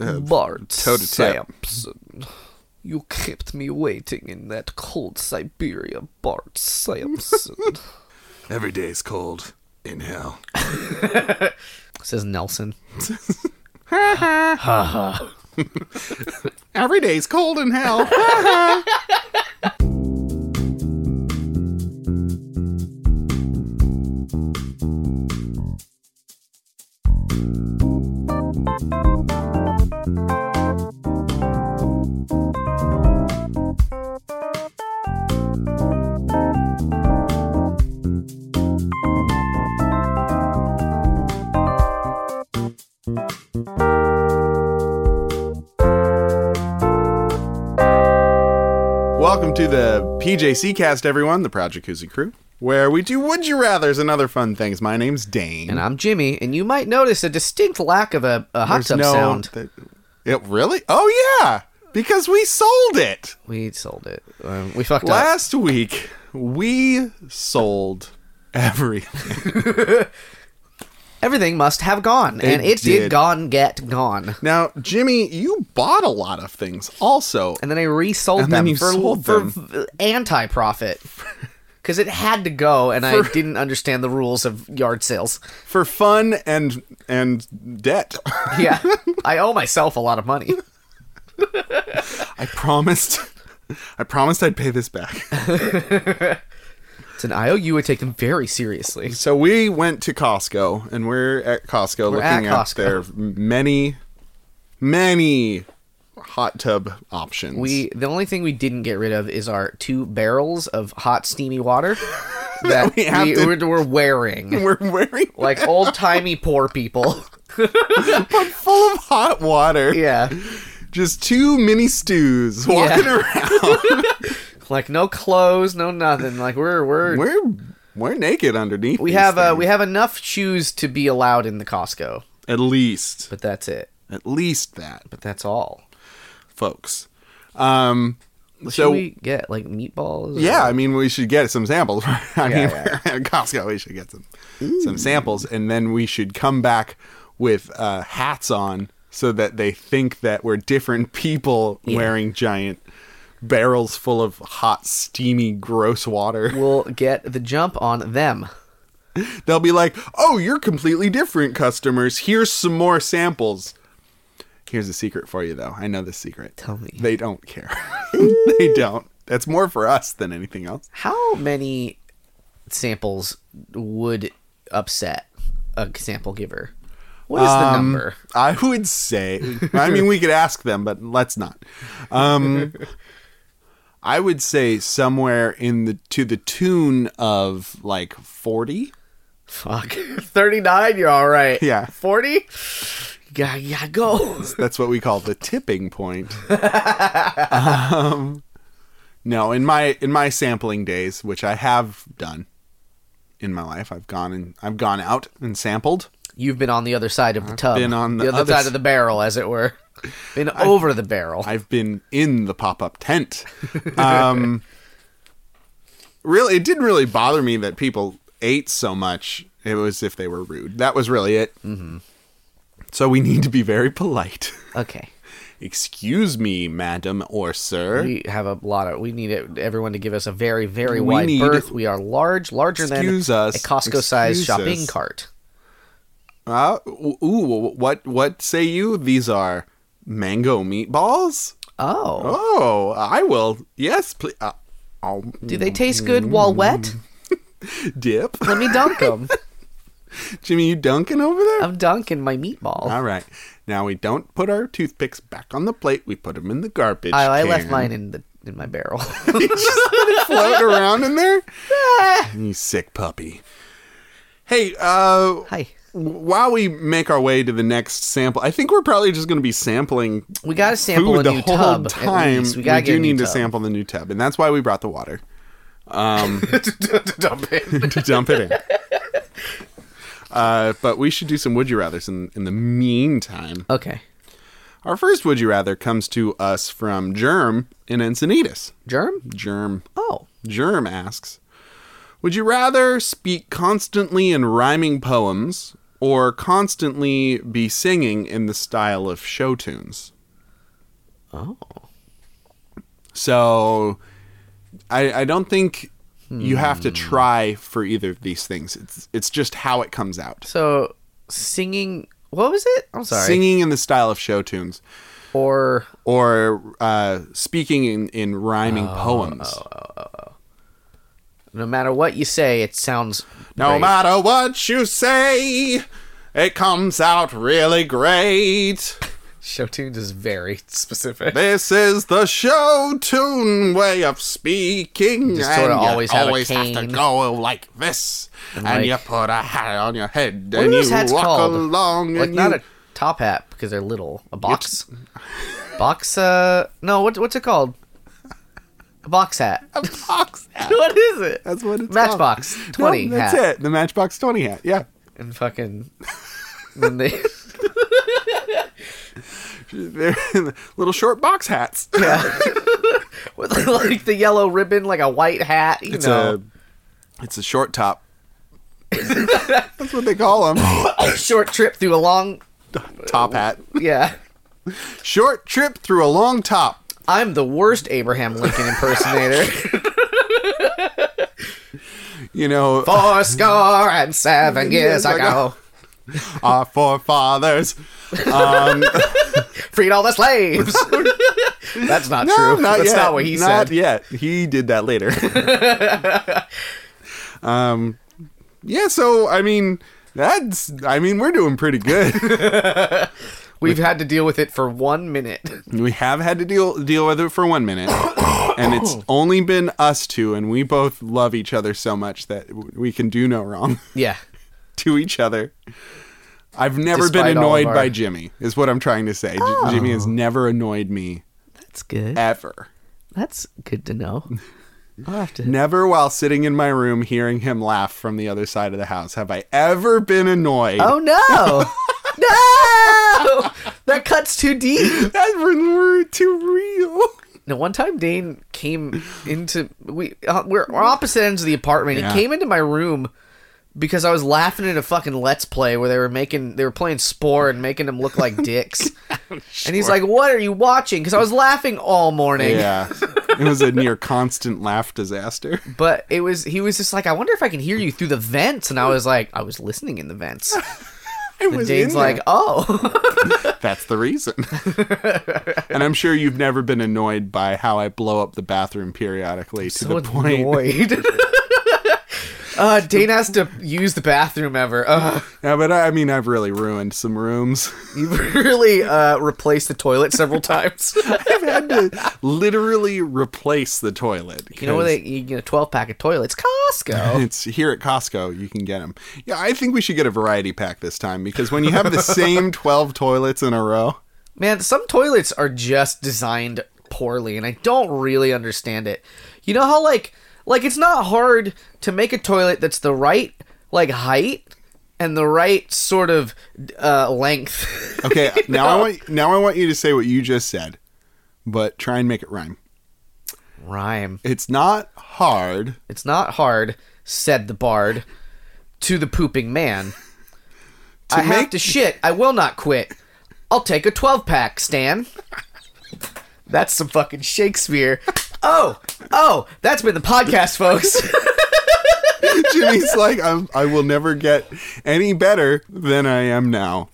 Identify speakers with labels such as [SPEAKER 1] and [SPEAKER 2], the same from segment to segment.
[SPEAKER 1] uh,
[SPEAKER 2] Bart
[SPEAKER 1] toe to tip.
[SPEAKER 2] Sampson. You kept me waiting in that cold Siberia, Bart Sampson.
[SPEAKER 1] Every day's cold in hell.
[SPEAKER 2] Says Nelson.
[SPEAKER 1] Every day's cold in hell. Welcome to the PJC cast, everyone, the Proud Jacuzzi crew, where we do Would You Rathers and other fun things. My name's Dane.
[SPEAKER 2] And I'm Jimmy, and you might notice a distinct lack of a, a hot
[SPEAKER 1] There's
[SPEAKER 2] tub
[SPEAKER 1] no-
[SPEAKER 2] sound.
[SPEAKER 1] that- it really? Oh, yeah. Because we sold it.
[SPEAKER 2] We sold it. Um, we fucked up.
[SPEAKER 1] Last week, we sold everything.
[SPEAKER 2] Everything must have gone, and
[SPEAKER 1] It
[SPEAKER 2] it did.
[SPEAKER 1] did.
[SPEAKER 2] gone get gone.
[SPEAKER 1] now, Jimmy, you bought a lot of things also.
[SPEAKER 2] And then I resold
[SPEAKER 1] And then
[SPEAKER 2] them,
[SPEAKER 1] you
[SPEAKER 2] for,
[SPEAKER 1] sold
[SPEAKER 2] for
[SPEAKER 1] them.
[SPEAKER 2] v- anti-profit. Because it had to go, and I didn't understand the rules of yard sales.
[SPEAKER 1] for fun and and debt.
[SPEAKER 2] Yeah, I owe myself a lot of money.
[SPEAKER 1] I promised I promised I'd pay this back.
[SPEAKER 2] It's an IOU I take them very seriously.
[SPEAKER 1] So we went to Costco and we're at Costco looking
[SPEAKER 2] at
[SPEAKER 1] at,
[SPEAKER 2] Costco.
[SPEAKER 1] their many many hot tub options.
[SPEAKER 2] We the only thing we didn't get rid of is our two barrels of hot steamy water that
[SPEAKER 1] we have
[SPEAKER 2] we
[SPEAKER 1] to-
[SPEAKER 2] we're, we're wearing
[SPEAKER 1] we're wearing
[SPEAKER 2] like old timey poor people.
[SPEAKER 1] full of hot water.
[SPEAKER 2] Yeah,
[SPEAKER 1] Just two mini stews walking around.
[SPEAKER 2] like no clothes, no nothing. Like we're we're, we
[SPEAKER 1] we're we're naked underneath. these
[SPEAKER 2] have uh, we
[SPEAKER 1] things.
[SPEAKER 2] have enough shoes to be allowed in the Costco,
[SPEAKER 1] at least
[SPEAKER 2] but that's it.
[SPEAKER 1] at least that,
[SPEAKER 2] But that's all.
[SPEAKER 1] folks. Um
[SPEAKER 2] What
[SPEAKER 1] so
[SPEAKER 2] should we get like meatballs? or-
[SPEAKER 1] Yeah, I mean, we should get some samples. I mean,
[SPEAKER 2] yeah.
[SPEAKER 1] we're at Costco, we should get some some samples, and then we should come back with uh, hats on so that they think that we're different people wearing giant barrels full of hot, steamy, gross water.
[SPEAKER 2] we'll get the jump on them.
[SPEAKER 1] They'll be like, "Oh, you're completely different, customers. Here's some more samples." Here's a secret for you, though. I know the secret.
[SPEAKER 2] Tell me.
[SPEAKER 1] They don't care. they don't. That's more for us than anything else.
[SPEAKER 2] How many samples would upset a sample giver? What is the
[SPEAKER 1] Um,
[SPEAKER 2] number?
[SPEAKER 1] I would say. I mean, we could ask them, but let's not. Um, I would say somewhere in the to the tune of like forty.
[SPEAKER 2] Fuck. 39, you're all right.
[SPEAKER 1] Yeah.
[SPEAKER 2] 40? Yeah, yeah, go.
[SPEAKER 1] That's what we call the tipping point. um, no, in my in my sampling days, which I have done in my life, I've gone and I've gone out and sampled.
[SPEAKER 2] You've been on the other side of the tub.
[SPEAKER 1] been on the
[SPEAKER 2] other,
[SPEAKER 1] other
[SPEAKER 2] side
[SPEAKER 1] s-
[SPEAKER 2] of the barrel, as it were. Been over the barrel.
[SPEAKER 1] I've been in the pop up tent. Um, really, it didn't really bother me that people ate so much. It was if they were rude. That was really it. Mm-hmm. So we need to be very polite.
[SPEAKER 2] okay.
[SPEAKER 1] Excuse me, madam or sir.
[SPEAKER 2] We have a lot of. We need it, everyone to give us a very, very
[SPEAKER 1] We
[SPEAKER 2] wide
[SPEAKER 1] need-
[SPEAKER 2] berth. We are large, larger than
[SPEAKER 1] Excuse us.
[SPEAKER 2] a Costco sized
[SPEAKER 1] Excuse
[SPEAKER 2] shopping
[SPEAKER 1] us.
[SPEAKER 2] cart.
[SPEAKER 1] Uh, ooh, what what say you? These are mango meatballs.
[SPEAKER 2] Oh.
[SPEAKER 1] Oh, I will. Yes, please. Uh, I'll
[SPEAKER 2] Do they taste good while wet?
[SPEAKER 1] dip.
[SPEAKER 2] Let me dunk them.
[SPEAKER 1] Jimmy, you dunking over there?
[SPEAKER 2] I'm dunking my meatball.
[SPEAKER 1] All right. Now we don't put our toothpicks back on the plate. We put them in the garbage.
[SPEAKER 2] I, I left
[SPEAKER 1] can.
[SPEAKER 2] mine in the in my barrel.
[SPEAKER 1] You just let it float around in there. you sick puppy. Hey, uh,
[SPEAKER 2] Hi.
[SPEAKER 1] while we make our way to the next sample, I think we're probably just going to be sampling
[SPEAKER 2] We got to sample
[SPEAKER 1] food
[SPEAKER 2] a
[SPEAKER 1] the
[SPEAKER 2] new
[SPEAKER 1] whole
[SPEAKER 2] tub. at
[SPEAKER 1] time.
[SPEAKER 2] least. We got to get
[SPEAKER 1] do
[SPEAKER 2] a new
[SPEAKER 1] need to
[SPEAKER 2] tub.
[SPEAKER 1] sample the new tub, and that's why we brought the water
[SPEAKER 2] dump it.
[SPEAKER 1] to dump it in. Uh, but we should do some would you rather's in, in the meantime.
[SPEAKER 2] Okay.
[SPEAKER 1] Our first would you rather comes to us from Germ in Encinitas.
[SPEAKER 2] Germ?
[SPEAKER 1] Germ.
[SPEAKER 2] Oh.
[SPEAKER 1] Germ asks Would you rather speak constantly in rhyming poems or constantly be singing in the style of show tunes.
[SPEAKER 2] Oh.
[SPEAKER 1] So I, I don't think you have
[SPEAKER 2] Hmm.
[SPEAKER 1] to try for either of these things. It's it's just how it comes out.
[SPEAKER 2] So singing. What was it? I'm sorry.
[SPEAKER 1] Singing in the style of show tunes
[SPEAKER 2] Or
[SPEAKER 1] or uh, speaking in, in rhyming
[SPEAKER 2] Oh,
[SPEAKER 1] poems.
[SPEAKER 2] no matter what you say, it sounds.
[SPEAKER 1] No
[SPEAKER 2] great.
[SPEAKER 1] matter what you say, it comes out really great.
[SPEAKER 2] Show tunes is very specific.
[SPEAKER 1] This is the show tune way of speaking.
[SPEAKER 2] just sorta
[SPEAKER 1] and you
[SPEAKER 2] always have a cane.
[SPEAKER 1] to go like this. And,
[SPEAKER 2] like-
[SPEAKER 1] you put a hat on your head
[SPEAKER 2] What are
[SPEAKER 1] and
[SPEAKER 2] those
[SPEAKER 1] you
[SPEAKER 2] hats
[SPEAKER 1] walk
[SPEAKER 2] called?
[SPEAKER 1] along
[SPEAKER 2] like
[SPEAKER 1] and
[SPEAKER 2] not
[SPEAKER 1] you,
[SPEAKER 2] a top hat because they're little. A box. box. Uh, no. What, what's it called? A box hat.
[SPEAKER 1] a box hat.
[SPEAKER 2] what is it?
[SPEAKER 1] That's what it's
[SPEAKER 2] Matchbox
[SPEAKER 1] called.
[SPEAKER 2] twenty
[SPEAKER 1] No, that's
[SPEAKER 2] hat
[SPEAKER 1] it. The Matchbox 20 hat. Yeah.
[SPEAKER 2] and fucking. then they.
[SPEAKER 1] They're little short box hats.
[SPEAKER 2] Yeah. With like the yellow ribbon, like a white hat, you
[SPEAKER 1] It's
[SPEAKER 2] know,
[SPEAKER 1] a it's a short top. that's what they call them.
[SPEAKER 2] short trip through a long.
[SPEAKER 1] top hat.
[SPEAKER 2] Yeah,
[SPEAKER 1] Short trip through a long top.
[SPEAKER 2] I'm the worst Abraham Lincoln impersonator.
[SPEAKER 1] You know,
[SPEAKER 2] Four score and seven years ago,
[SPEAKER 1] our forefathers. Um,
[SPEAKER 2] freed all the slaves. That's not
[SPEAKER 1] No,
[SPEAKER 2] true. That's
[SPEAKER 1] yet.
[SPEAKER 2] not what he
[SPEAKER 1] Not
[SPEAKER 2] said.
[SPEAKER 1] yet. He did that later. um, yeah. So I mean, that's. I mean, we're doing pretty good.
[SPEAKER 2] We've had to deal with it for one minute.
[SPEAKER 1] we have had to deal deal with it for one minute, and it's only been us two, and we both love each other so much that w- we can do no wrong
[SPEAKER 2] Yeah,
[SPEAKER 1] to each other. I've never
[SPEAKER 2] Despite
[SPEAKER 1] been
[SPEAKER 2] all of
[SPEAKER 1] annoyed
[SPEAKER 2] our- Oh.
[SPEAKER 1] by Jimmy. Is what I'm trying to say. J- Jimmy has never annoyed me
[SPEAKER 2] that's good.
[SPEAKER 1] ever.
[SPEAKER 2] That's good to know. I'll have to.
[SPEAKER 1] Never while sitting in my room hearing him laugh from the other side of the house have I ever been annoyed.
[SPEAKER 2] Oh no! no! That cuts too deep.
[SPEAKER 1] That's when we're too real.
[SPEAKER 2] No, one time Dane came into we uh, we're, we're opposite ends of the apartment.
[SPEAKER 1] Yeah.
[SPEAKER 2] He came into my room because I was laughing at a fucking Let's Play where they were making they were playing Spore and making him look like dicks. And he's like, "What are you watching?" Because I was laughing all morning.
[SPEAKER 1] Yeah. it was a near constant laugh disaster.
[SPEAKER 2] But it was he was just like, "I wonder if I can hear you through the vents." And I was like, "I was listening in the vents."
[SPEAKER 1] It
[SPEAKER 2] And
[SPEAKER 1] was
[SPEAKER 2] Dane's
[SPEAKER 1] in there.
[SPEAKER 2] like, "Oh,
[SPEAKER 1] that's the reason. and I'm sure you've never been annoyed by how I blow up the bathroom periodically to
[SPEAKER 2] so
[SPEAKER 1] the point.
[SPEAKER 2] annoyed." uh, Dane has to use the bathroom ever. Ugh.
[SPEAKER 1] Yeah, but I I mean I've really ruined some rooms.
[SPEAKER 2] You've really uh, replaced the toilet several times.
[SPEAKER 1] I've had to literally replace the toilet.
[SPEAKER 2] you know where
[SPEAKER 1] 'cause-
[SPEAKER 2] they you get a twelve pack of toilets? Costco.
[SPEAKER 1] It's here at Costco. You can get them. Yeah, I think we should get a variety pack this time because when you have the same 12 toilets in a row,
[SPEAKER 2] Man, some toilets are just designed poorly, and I don't really understand it. You know how like like it's not hard to make a toilet that's the right like height and the right sort of uh, length.
[SPEAKER 1] okay. Now I want now I want you to say what you just said, but try and make it rhyme.
[SPEAKER 2] Rhyme.
[SPEAKER 1] It's not hard.
[SPEAKER 2] It's not hard," said the bard to the pooping man. I have
[SPEAKER 1] make-
[SPEAKER 2] to shit. I will not quit. I'll take a twelve pack, Stan. That's some fucking Shakespeare. Oh, oh, that's been the podcast, folks.
[SPEAKER 1] Jimmy's like I'm, I will never get any better than I am now.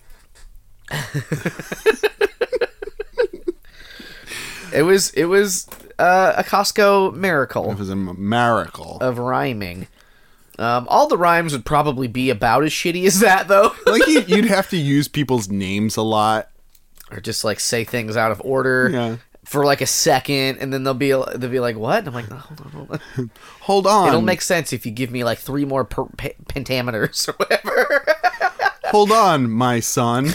[SPEAKER 2] it was it was uh, a Costco miracle
[SPEAKER 1] It was a m- miracle.
[SPEAKER 2] of rhyming. Um, all the rhymes would probably be about as shitty as that, though.
[SPEAKER 1] Like you, you'd have to use people's names a lot.
[SPEAKER 2] or just like say things out of order
[SPEAKER 1] Yeah.
[SPEAKER 2] for like a second, and then they'll be they'll be like, "What?" And I'm like, no, "Hold on, hold on."
[SPEAKER 1] Hold on.
[SPEAKER 2] It'll make sense if you give me like three more per- pe- pentameters or whatever.
[SPEAKER 1] Hold on, my son.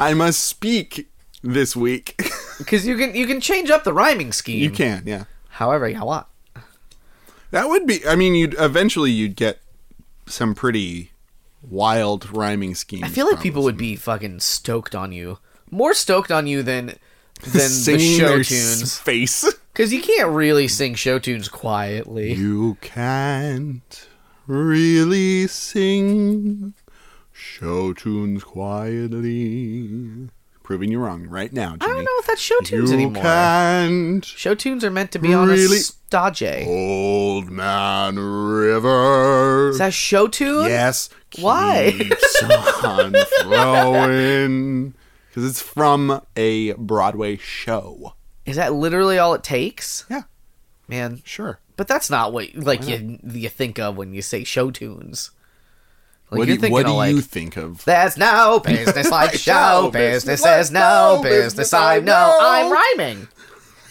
[SPEAKER 1] I must speak this week.
[SPEAKER 2] Because you can you can change up the rhyming scheme.
[SPEAKER 1] you can, yeah.
[SPEAKER 2] However, you want.
[SPEAKER 1] That would be. I mean, you'd eventually you'd get some pretty wild rhyming schemes.
[SPEAKER 2] I feel like people would be fucking stoked on you. More stoked on you than than the
[SPEAKER 1] singing
[SPEAKER 2] show
[SPEAKER 1] their
[SPEAKER 2] tunes.
[SPEAKER 1] face.
[SPEAKER 2] Because you can't really sing show tunes quietly.
[SPEAKER 1] You can't really sing Show tunes quietly. Proving you wrong right now,
[SPEAKER 2] I
[SPEAKER 1] Jimmy.
[SPEAKER 2] don't know if that's show tunes
[SPEAKER 1] You
[SPEAKER 2] anymore.
[SPEAKER 1] can't,
[SPEAKER 2] Show tunes are meant to be on a
[SPEAKER 1] Really?
[SPEAKER 2] stage. Is
[SPEAKER 1] old man river.
[SPEAKER 2] that show tune?
[SPEAKER 1] yes.
[SPEAKER 2] Why?
[SPEAKER 1] Keeps on flowing. Because it's from a Broadway show.
[SPEAKER 2] Is that literally all it takes?
[SPEAKER 1] Yeah,
[SPEAKER 2] Man,
[SPEAKER 1] sure.
[SPEAKER 2] but that's not what like you you think of when you say show tunes. Like
[SPEAKER 1] what do
[SPEAKER 2] you're
[SPEAKER 1] you,
[SPEAKER 2] thinking
[SPEAKER 1] what
[SPEAKER 2] of
[SPEAKER 1] do
[SPEAKER 2] like
[SPEAKER 1] you think of?
[SPEAKER 2] There's no business like show
[SPEAKER 1] Show
[SPEAKER 2] business.
[SPEAKER 1] business like
[SPEAKER 2] There's no
[SPEAKER 1] no
[SPEAKER 2] business
[SPEAKER 1] business
[SPEAKER 2] I
[SPEAKER 1] I
[SPEAKER 2] know.
[SPEAKER 1] know.
[SPEAKER 2] I'm rhyming.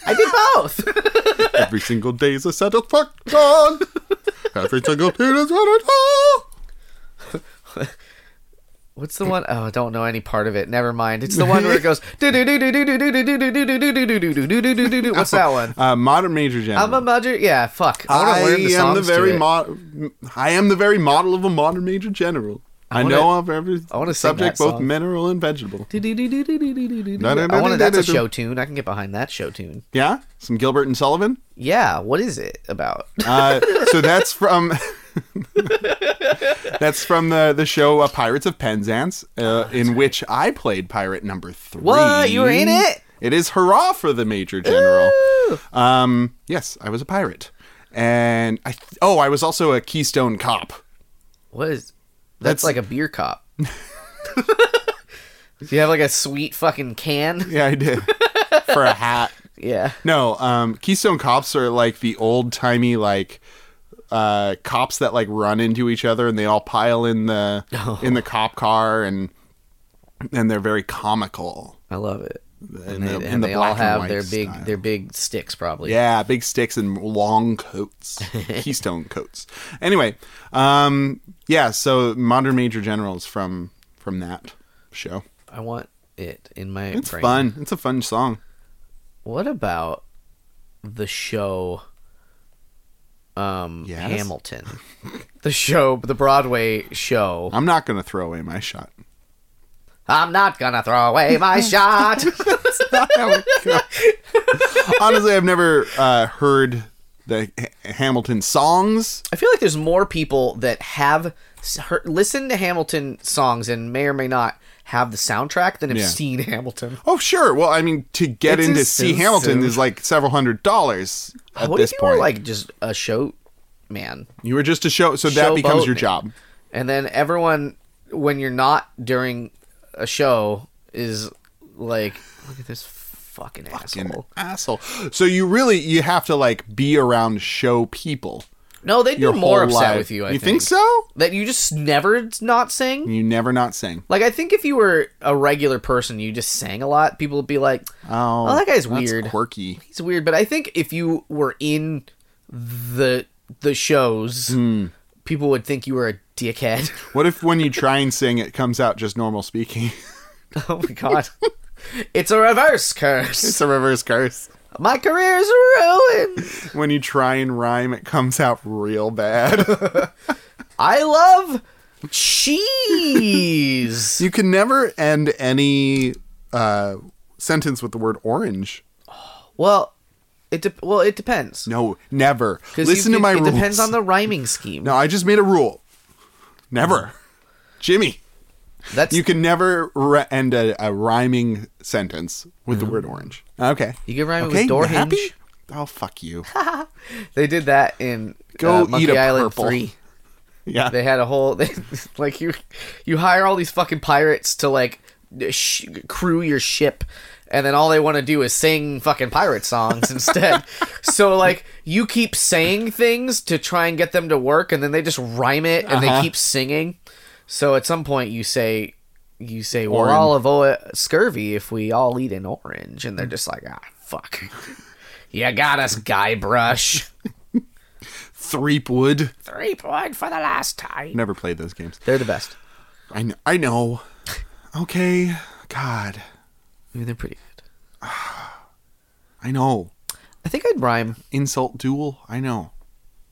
[SPEAKER 2] I did both.
[SPEAKER 1] Every single day's a set of fuck on. Every single day is what I do.
[SPEAKER 2] What's the one oh I don't know any part of it. Never mind. It's the one where it goes. do-do-do-do-do-do-do-do-do-do-do-do-do-do-do-do-do. What's that one?
[SPEAKER 1] Uh, modern major general.
[SPEAKER 2] I'm a major. Yeah, fuck. I want
[SPEAKER 1] I
[SPEAKER 2] to learn the
[SPEAKER 1] am
[SPEAKER 2] songs
[SPEAKER 1] the
[SPEAKER 2] to
[SPEAKER 1] very
[SPEAKER 2] it.
[SPEAKER 1] mo- I am the very model of a modern major general. I,
[SPEAKER 2] wanna-
[SPEAKER 1] know of every
[SPEAKER 2] I wanna sing
[SPEAKER 1] subject,
[SPEAKER 2] that
[SPEAKER 1] both
[SPEAKER 2] song.
[SPEAKER 1] mineral and vegetable.
[SPEAKER 2] I wanted that's a show tune. I can get behind that show tune.
[SPEAKER 1] Yeah, some Gilbert and Sullivan.
[SPEAKER 2] Yeah, what is it about?
[SPEAKER 1] Uh, so that's from that's from the the show uh, Pirates of Penzance, uh, in which I played pirate number three.
[SPEAKER 2] Oh, What? You were in it?
[SPEAKER 1] It is hurrah for the major general. Um, yes, I was a pirate, and I th- oh, I was also a Keystone Cop.
[SPEAKER 2] What is that's,
[SPEAKER 1] That's-
[SPEAKER 2] like a beer cop. Do you have like a sweet fucking can?
[SPEAKER 1] Yeah, I did for a hat.
[SPEAKER 2] Yeah.
[SPEAKER 1] No, um, Keystone Cops are like the old timey like uh, cops that like run into each other and they all pile in the in the cop car and and they're very comical.
[SPEAKER 2] I love it.
[SPEAKER 1] In
[SPEAKER 2] And,
[SPEAKER 1] the-
[SPEAKER 2] they,
[SPEAKER 1] in
[SPEAKER 2] and
[SPEAKER 1] the
[SPEAKER 2] they all
[SPEAKER 1] black and
[SPEAKER 2] have
[SPEAKER 1] white
[SPEAKER 2] their big
[SPEAKER 1] style.
[SPEAKER 2] their big sticks probably.
[SPEAKER 1] Yeah, big sticks and long coats, Keystone coats. Anyway, um, yeah. So modern major generals from from that show.
[SPEAKER 2] I want it in my
[SPEAKER 1] It's
[SPEAKER 2] brain.
[SPEAKER 1] fun. It's a fun song.
[SPEAKER 2] What about the show um
[SPEAKER 1] Yes?
[SPEAKER 2] Hamilton? the show the Broadway show.
[SPEAKER 1] I'm not gonna throw away my shot.
[SPEAKER 2] I'm not gonna throw away my shot.
[SPEAKER 1] Honestly, I've never uh, heard the H- Hamilton songs.
[SPEAKER 2] I feel like there's more people that have s- heard, listened to Hamilton songs and may or may not have the soundtrack than have
[SPEAKER 1] Yeah.
[SPEAKER 2] seen Hamilton.
[SPEAKER 1] Oh, sure. Well, I mean, to get
[SPEAKER 2] It's
[SPEAKER 1] in to
[SPEAKER 2] just
[SPEAKER 1] see
[SPEAKER 2] so
[SPEAKER 1] Hamilton
[SPEAKER 2] soon.
[SPEAKER 1] is like several hundred dollars at
[SPEAKER 2] what
[SPEAKER 1] this
[SPEAKER 2] if you
[SPEAKER 1] point.
[SPEAKER 2] were like just a show man,
[SPEAKER 1] you were just a show, so that becomes your
[SPEAKER 2] showboat.
[SPEAKER 1] job.
[SPEAKER 2] and then everyone when you're not during a show is like, look at this fucking,
[SPEAKER 1] An
[SPEAKER 2] asshole.
[SPEAKER 1] asshole. So you really you have to like be around show people.
[SPEAKER 2] No, they'd be
[SPEAKER 1] Your
[SPEAKER 2] more
[SPEAKER 1] whole
[SPEAKER 2] upset
[SPEAKER 1] life.
[SPEAKER 2] with you. I
[SPEAKER 1] you
[SPEAKER 2] think.
[SPEAKER 1] think. so?
[SPEAKER 2] that you just never not sing.
[SPEAKER 1] You never not sing.
[SPEAKER 2] Like I think if you were a regular person, you just sang a lot. People would be like,
[SPEAKER 1] Oh,
[SPEAKER 2] that guy's
[SPEAKER 1] that's
[SPEAKER 2] weird."
[SPEAKER 1] quirky.
[SPEAKER 2] it's weird, but I think if you were in the the shows,
[SPEAKER 1] Hmm.
[SPEAKER 2] people would think you were a dickhead.
[SPEAKER 1] What if when you try and sing, it comes out just normal speaking?
[SPEAKER 2] oh my god. It's a reverse curse.
[SPEAKER 1] it's a reverse curse.
[SPEAKER 2] My career is ruined.
[SPEAKER 1] When you try and rhyme, it comes out real bad.
[SPEAKER 2] I love cheese.
[SPEAKER 1] you can never end any uh, sentence with the word orange.
[SPEAKER 2] well, it de- well it depends.
[SPEAKER 1] No, never.
[SPEAKER 2] 'Cause
[SPEAKER 1] Listen
[SPEAKER 2] you can-
[SPEAKER 1] to my
[SPEAKER 2] It
[SPEAKER 1] rules.
[SPEAKER 2] depends on the rhyming scheme.
[SPEAKER 1] No, I just made a rule. Never, Jimmy.
[SPEAKER 2] That's
[SPEAKER 1] You can never re- end a, a rhyming sentence with the word orange. Okay.
[SPEAKER 2] Mm-hmm. You can rhyme it with
[SPEAKER 1] okay, you
[SPEAKER 2] door
[SPEAKER 1] happy?
[SPEAKER 2] hinge.
[SPEAKER 1] Oh fuck you.
[SPEAKER 2] They did that in
[SPEAKER 1] Go
[SPEAKER 2] uh, Monkey
[SPEAKER 1] eat a
[SPEAKER 2] Island
[SPEAKER 1] purple.
[SPEAKER 2] Three.
[SPEAKER 1] Yeah.
[SPEAKER 2] They had a whole they, like you you hire all these fucking pirates to like sh- crew your ship and then all they want to do is sing fucking pirate songs instead. so like you keep saying things to try and get them to work and then they just rhyme it and they keep singing. So at some point you say you say we'll
[SPEAKER 1] Orange.
[SPEAKER 2] all avoid scurvy if we all eat an orange and they're just like ah fuck. You got us, Guybrush.
[SPEAKER 1] Threep wood.
[SPEAKER 2] Three point for the last time.
[SPEAKER 1] Never played those games.
[SPEAKER 2] They're the best.
[SPEAKER 1] I know. I know. Okay. God.
[SPEAKER 2] I mean, they're pretty good.
[SPEAKER 1] I know.
[SPEAKER 2] I think I'd rhyme
[SPEAKER 1] Insult duel. I know.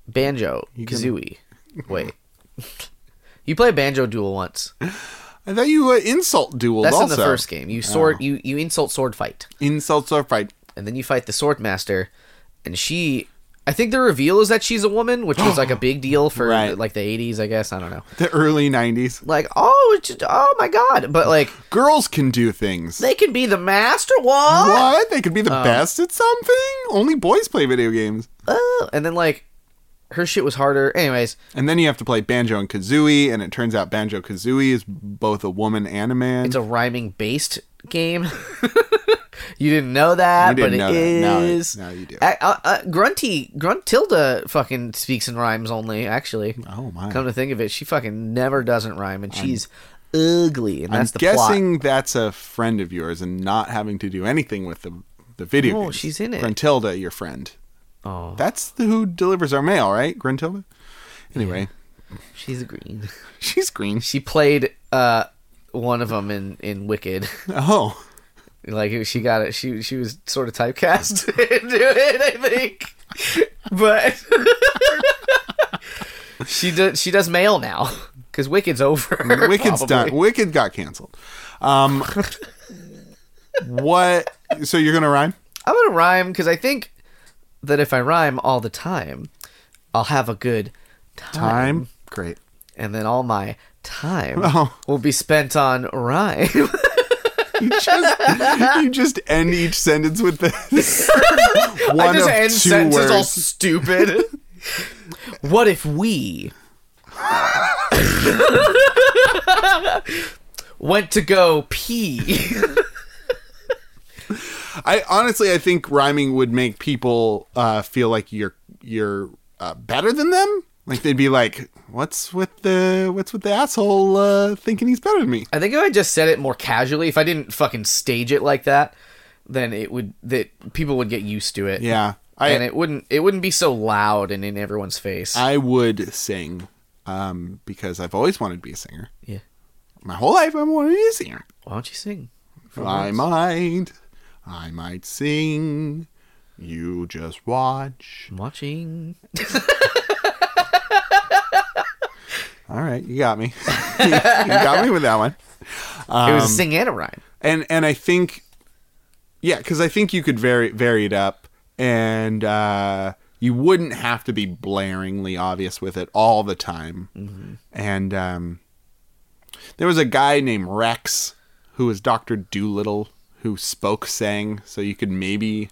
[SPEAKER 2] banjo
[SPEAKER 1] can-
[SPEAKER 2] kazooie. Wait, you play banjo duel once.
[SPEAKER 1] I thought you uh, insult duel.
[SPEAKER 2] That's
[SPEAKER 1] also. oh.
[SPEAKER 2] in the first game. You sword you you insult sword fight,
[SPEAKER 1] Insults are fight.
[SPEAKER 2] and then you fight the sword master, and she I think the reveal is that she's a woman, which was like a big deal for
[SPEAKER 1] Right.
[SPEAKER 2] like the 80s, I guess. I don't know.
[SPEAKER 1] The early 90s.
[SPEAKER 2] Like, oh, it's just, oh my god! But like,
[SPEAKER 1] Girls can do things.
[SPEAKER 2] they Oh. can be the master. What?
[SPEAKER 1] what? They could be the best at something? Only boys play video games.
[SPEAKER 2] Uh, and then like, her shit was harder. Anyways,
[SPEAKER 1] And then you have to play Banjo and Kazooie, and it turns out Banjo Kazooie is both a woman and a man.
[SPEAKER 2] it's a rhyming based game. you didn't know that,
[SPEAKER 1] You
[SPEAKER 2] but
[SPEAKER 1] didn't know
[SPEAKER 2] it
[SPEAKER 1] that. Now-
[SPEAKER 2] is.
[SPEAKER 1] now you do.
[SPEAKER 2] I, I, I, Grunty Gruntilda fucking speaks in rhymes only. Actually,
[SPEAKER 1] oh my.
[SPEAKER 2] come to think of it, she fucking never doesn't rhyme, and she's ugly, and
[SPEAKER 1] I'm
[SPEAKER 2] that's the plot.
[SPEAKER 1] guessing that's a friend of yours and not having to do anything with the, the video
[SPEAKER 2] No,
[SPEAKER 1] games.
[SPEAKER 2] she's in it.
[SPEAKER 1] Gruntilda, your friend.
[SPEAKER 2] Oh,
[SPEAKER 1] That's the, who delivers our mail, right? Gruntilda? Anyway,
[SPEAKER 2] she's green.
[SPEAKER 1] she's green.
[SPEAKER 2] She played uh one of them in in Wicked.
[SPEAKER 1] Oh.
[SPEAKER 2] like she got it she she was sort of typecast into it i think but she does she does mail now because wicked's over
[SPEAKER 1] Wicked's
[SPEAKER 2] probably.
[SPEAKER 1] done. Wicked got canceled. Um, what? So you're gonna rhyme?
[SPEAKER 2] i'm gonna rhyme because i think that if i rhyme all the time i'll have a good time,
[SPEAKER 1] Time. Great.
[SPEAKER 2] and then all my time
[SPEAKER 1] Oh.
[SPEAKER 2] will be spent on rhyme
[SPEAKER 1] You just, you just end each sentence with this. One
[SPEAKER 2] I just
[SPEAKER 1] of
[SPEAKER 2] end
[SPEAKER 1] two
[SPEAKER 2] sentences
[SPEAKER 1] words.
[SPEAKER 2] all stupid. what if we went to go pee?
[SPEAKER 1] I honestly, I think rhyming would make people uh, feel like you're you're uh, better than them. Like they'd be like, "What's with the what's with the asshole uh, thinking he's better than me?"
[SPEAKER 2] I think if I just said it more casually, if I didn't fucking stage it like that, then it would that people would get used to it.
[SPEAKER 1] Yeah, I
[SPEAKER 2] and it wouldn't it wouldn't be so loud and in everyone's face.
[SPEAKER 1] I would sing um, because I've always wanted to be a singer.
[SPEAKER 2] yeah.
[SPEAKER 1] My whole life, I wanted to be a singer.
[SPEAKER 2] Why don't you sing?
[SPEAKER 1] I might, I might sing. You just watch.
[SPEAKER 2] I'm watching.
[SPEAKER 1] All right, you got me. you got me with that one.
[SPEAKER 2] it
[SPEAKER 1] Um,
[SPEAKER 2] was a sing and a rhyme.
[SPEAKER 1] and and I think, yeah, because I think you could vary vary it up, and uh, you wouldn't have to be blaringly obvious with it all the time.
[SPEAKER 2] Mm-hmm.
[SPEAKER 1] And um, there was a guy named Rex who was Doctor Doolittle who spoke sang, so you could maybe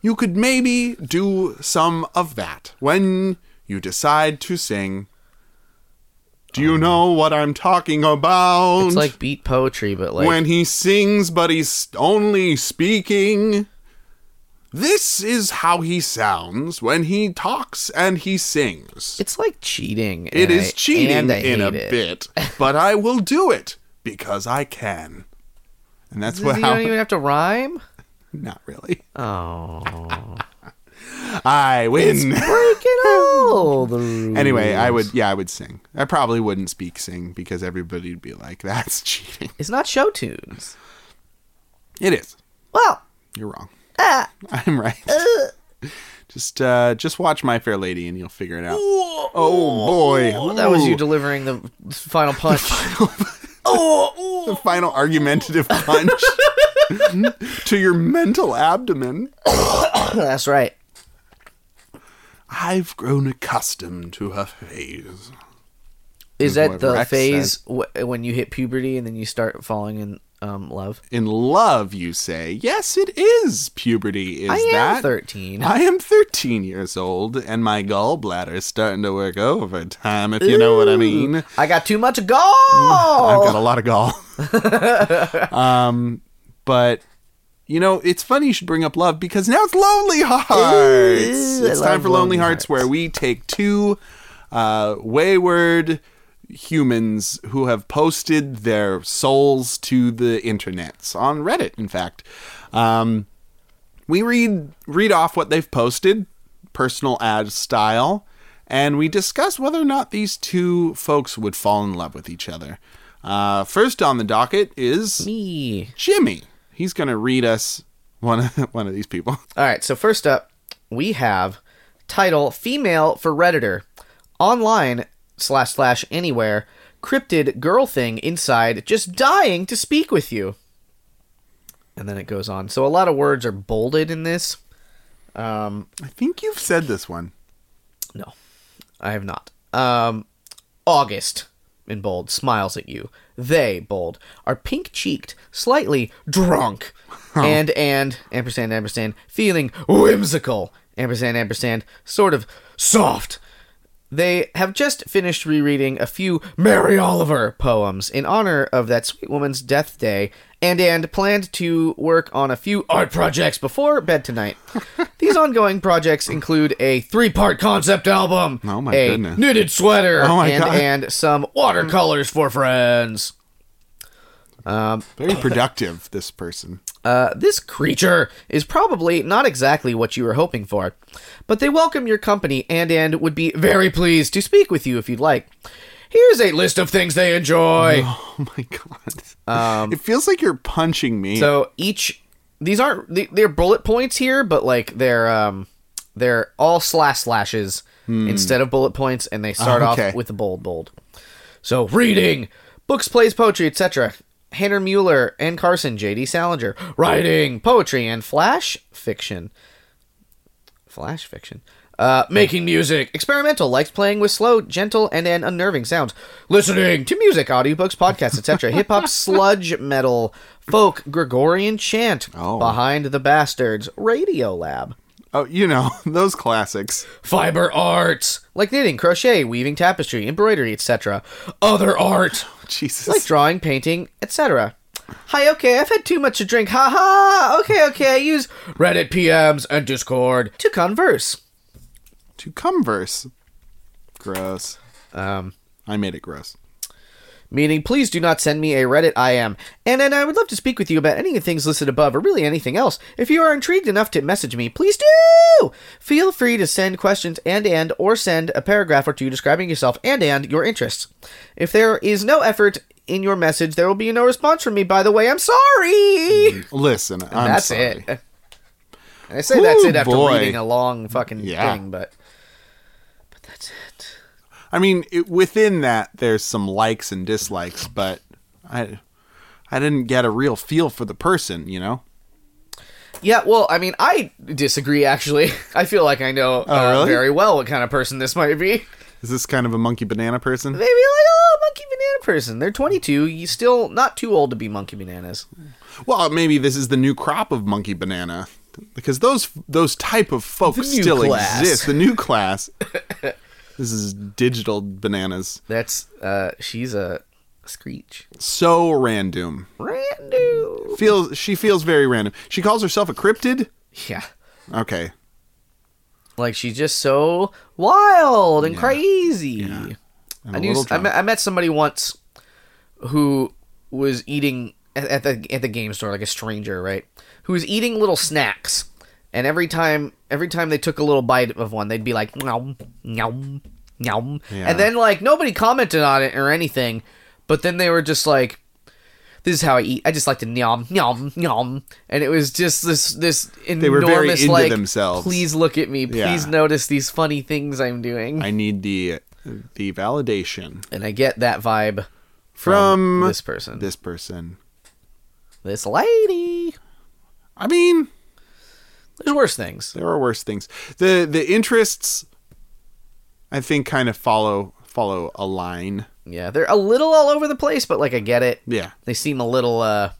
[SPEAKER 1] you could maybe do some of that when you decide to sing. Do you know what I'm talking about?
[SPEAKER 2] Um, It's like beat poetry, but like
[SPEAKER 1] when he sings, but he's only speaking. This is how he sounds when he talks and he sings.
[SPEAKER 2] it's like cheating.
[SPEAKER 1] It
[SPEAKER 2] and
[SPEAKER 1] is
[SPEAKER 2] I-
[SPEAKER 1] cheating
[SPEAKER 2] and I
[SPEAKER 1] in a
[SPEAKER 2] hate it.
[SPEAKER 1] bit, but I will do it because I can. And that's
[SPEAKER 2] You
[SPEAKER 1] what
[SPEAKER 2] don't
[SPEAKER 1] how.
[SPEAKER 2] even have to rhyme.
[SPEAKER 1] Not really.
[SPEAKER 2] Oh,
[SPEAKER 1] I win.
[SPEAKER 2] breaking all the rules.
[SPEAKER 1] Anyway, I would. Yeah, I would sing. I probably wouldn't speak sing because everybody'd be like, "That's cheating."
[SPEAKER 2] It's not show tunes.
[SPEAKER 1] It is.
[SPEAKER 2] Well,
[SPEAKER 1] You're wrong.
[SPEAKER 2] ah,
[SPEAKER 1] I'm right. Just, uh, just watch My Fair Lady and you'll figure it out. Oh boy,
[SPEAKER 2] that was you
[SPEAKER 1] Ooh.
[SPEAKER 2] delivering the final punch. oh,
[SPEAKER 1] The final argumentative punch to your mental abdomen.
[SPEAKER 2] ooh. that's right.
[SPEAKER 1] I've grown accustomed to her phase.
[SPEAKER 2] Is
[SPEAKER 1] what
[SPEAKER 2] that the
[SPEAKER 1] Rex
[SPEAKER 2] phase w- when you hit puberty and then you start falling in um, love?
[SPEAKER 1] In love, you say. Yes, it is. Puberty is
[SPEAKER 2] I am
[SPEAKER 1] that.
[SPEAKER 2] thirteen.
[SPEAKER 1] I am 13 years old, and my gallbladder's starting to work overtime, if you know what I mean.
[SPEAKER 2] I got too much gold.
[SPEAKER 1] I've got a lot of gall. um, but you know, it's funny you should bring up love because now it's Lonely Hearts.
[SPEAKER 2] Ooh, I
[SPEAKER 1] it's time
[SPEAKER 2] love
[SPEAKER 1] for Lonely
[SPEAKER 2] Lonely
[SPEAKER 1] Hearts, where we take two uh, wayward humans who have posted their souls to the internets on Reddit. In fact, um, we read read off what they've posted, personal ad style, and we discuss whether or not these two folks would fall in love with each other. Uh, first on the docket is
[SPEAKER 2] Me.
[SPEAKER 1] Jimmy. He's gonna read us one of, one of these people.
[SPEAKER 2] All right, so first up, we have title Female for Redditor. Online slash slash anywhere. Cryptid girl thing inside just dying to speak with you. And then it goes on. So a lot of words are bolded in this. Um,
[SPEAKER 1] I think you've said this one.
[SPEAKER 2] no, I have not. Um, August in bold smiles at you. They bold are pink cheeked, slightly drunk, and and ampersand ampersand feeling whimsical. Ampersand ampersand sort of soft. They have just finished rereading a few Mary Oliver poems in honor of that sweet woman's death day and and planned to work on a few art projects before bed tonight. These ongoing projects include a three-part concept album,
[SPEAKER 1] Oh my
[SPEAKER 2] a
[SPEAKER 1] goodness.
[SPEAKER 2] knitted sweater,
[SPEAKER 1] Oh my
[SPEAKER 2] and
[SPEAKER 1] God.
[SPEAKER 2] and some watercolors for friends.
[SPEAKER 1] Very productive, this person.
[SPEAKER 2] Uh, this creature is probably not exactly what you were hoping for, but they welcome your company and and would be very pleased to speak with you if you'd like. Here's a list of things they enjoy.
[SPEAKER 1] Oh my god. it feels like you're punching me.
[SPEAKER 2] So each these aren't they- they're bullet points here, but like they're um they're all slash slashes instead of bullet points, and they start
[SPEAKER 1] Okay.
[SPEAKER 2] off with the bold bold. So reading books, plays, poetry, etc. Hannah Mueller and Carson J.D. Salinger writing poetry and flash fiction. Flash fiction. Uh, making music. Experimental. Likes playing with slow, gentle, and an unnerving sounds. Listening to music, audiobooks, podcasts, etc. Hip hop, sludge metal, folk, Gregorian chant.
[SPEAKER 1] Oh.
[SPEAKER 2] Behind the Bastards. Radio Lab.
[SPEAKER 1] oh, you know, those classics.
[SPEAKER 2] Fiber arts. Like knitting, crochet, weaving tapestry, embroidery, etc. Other art.
[SPEAKER 1] Jesus.
[SPEAKER 2] Like drawing, painting, etc. Hi, okay, I've had too much to drink. Ha ha! Okay, okay, use Reddit PMs and Discord to converse.
[SPEAKER 1] to converse. Gross.
[SPEAKER 2] Um,
[SPEAKER 1] I made it gross.
[SPEAKER 2] meaning please do not send me a Reddit IM. And then I would love to speak with you about any of the things listed above or really anything else. If you are intrigued enough to message me, please do! Feel free to send questions and and or send a paragraph or two describing yourself and and your interests. If there is no effort in your message, there will be no response from me. By the way, I'm sorry.
[SPEAKER 1] Listen, Mm, I'm
[SPEAKER 2] that's
[SPEAKER 1] sorry.
[SPEAKER 2] it. And I say that's
[SPEAKER 1] Whoo,
[SPEAKER 2] it after
[SPEAKER 1] boy.
[SPEAKER 2] reading a long fucking
[SPEAKER 1] Yeah.
[SPEAKER 2] thing, but but that's it.
[SPEAKER 1] I mean, it, within that, there's some likes and dislikes, but I, I didn't get a real feel for the person. You know,
[SPEAKER 2] Yeah, well, I mean, I disagree. Actually, I feel like I know uh,
[SPEAKER 1] Oh, really?
[SPEAKER 2] very well what kind of person this might be. Maybe like
[SPEAKER 1] is this kind of a monkey banana person?
[SPEAKER 2] a little "Oh, monkey banana person. They're 22. You still not too old to be monkey bananas.
[SPEAKER 1] Well, maybe this is the new crop of monkey banana, because those those type of folks
[SPEAKER 2] new
[SPEAKER 1] still
[SPEAKER 2] class.
[SPEAKER 1] exist. The new class. this is digital bananas.
[SPEAKER 2] That's uh, she's a screech.
[SPEAKER 1] So random.
[SPEAKER 2] Rando.
[SPEAKER 1] Feels she feels very random. She calls herself a cryptid.
[SPEAKER 2] Yeah,
[SPEAKER 1] Okay,
[SPEAKER 2] like she's just so wild and crazy.
[SPEAKER 1] I'm
[SPEAKER 2] I
[SPEAKER 1] a
[SPEAKER 2] knew
[SPEAKER 1] little
[SPEAKER 2] I
[SPEAKER 1] drunk.
[SPEAKER 2] met, I met somebody once who was eating at, at the at the game store like a stranger, right? Who was eating little snacks, and every time every time they took a little bite of one, they'd be like nom nom nom,
[SPEAKER 1] Yeah.
[SPEAKER 2] and then like nobody commented on it or anything, but then they were just like. This is how I eat. I just like to nom nom nom, and it was just this this enormous
[SPEAKER 1] were very into
[SPEAKER 2] like.
[SPEAKER 1] themselves.
[SPEAKER 2] Please look at me.
[SPEAKER 1] Yeah.
[SPEAKER 2] Please notice these funny things I'm doing.
[SPEAKER 1] I need the the validation
[SPEAKER 2] and I get that vibe
[SPEAKER 1] from,
[SPEAKER 2] this person, this,
[SPEAKER 1] this person.
[SPEAKER 2] lady.
[SPEAKER 1] I mean,
[SPEAKER 2] There's worse things.
[SPEAKER 1] there are worse things. the The interests, I think, kind of follow follow a line.
[SPEAKER 2] Yeah, they're a little all over the place, but like I get it.
[SPEAKER 1] Yeah,
[SPEAKER 2] They seem a little uh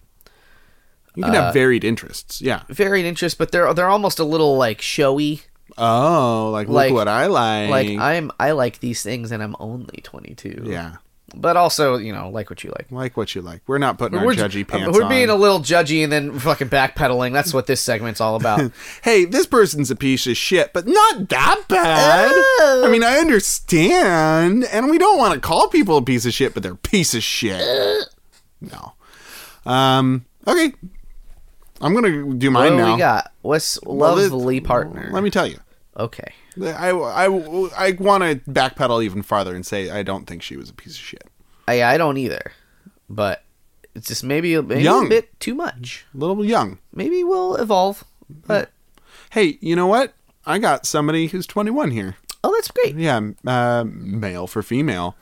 [SPEAKER 1] you can have varied interests. Yeah.
[SPEAKER 2] varied interest, but they're they're almost a little like showy.
[SPEAKER 1] Oh, like,
[SPEAKER 2] Like-
[SPEAKER 1] look what I like.
[SPEAKER 2] Like I'm I like these things and I'm only 22.
[SPEAKER 1] yeah,
[SPEAKER 2] But also, you know, like what you like.
[SPEAKER 1] like what you like. We're not putting our judgy pants
[SPEAKER 2] we're
[SPEAKER 1] on.
[SPEAKER 2] being a little judgy and then fucking backpedaling. That's what this segment's all about.
[SPEAKER 1] hey, this person's a piece of shit, but not that bad.
[SPEAKER 2] Oh.
[SPEAKER 1] I mean, I understand, and we don't want to call people a piece of shit, but they're a piece of shit.
[SPEAKER 2] Uh.
[SPEAKER 1] no. Um. Okay. I'm gonna do
[SPEAKER 2] what
[SPEAKER 1] mine
[SPEAKER 2] do
[SPEAKER 1] now.
[SPEAKER 2] we got? What's
[SPEAKER 1] Well, this-
[SPEAKER 2] lovely partner?
[SPEAKER 1] Let me tell you.
[SPEAKER 2] okay.
[SPEAKER 1] I, I, I want to backpedal even farther and say I don't think she was a piece of shit.
[SPEAKER 2] I I don't either. But it's just maybe, maybe a
[SPEAKER 1] Young.
[SPEAKER 2] bit too much.
[SPEAKER 1] A little young.
[SPEAKER 2] maybe we'll evolve. But
[SPEAKER 1] Hey, you know what? I got somebody who's 21 here.
[SPEAKER 2] oh, that's great.
[SPEAKER 1] Yeah, m- uh, male for female.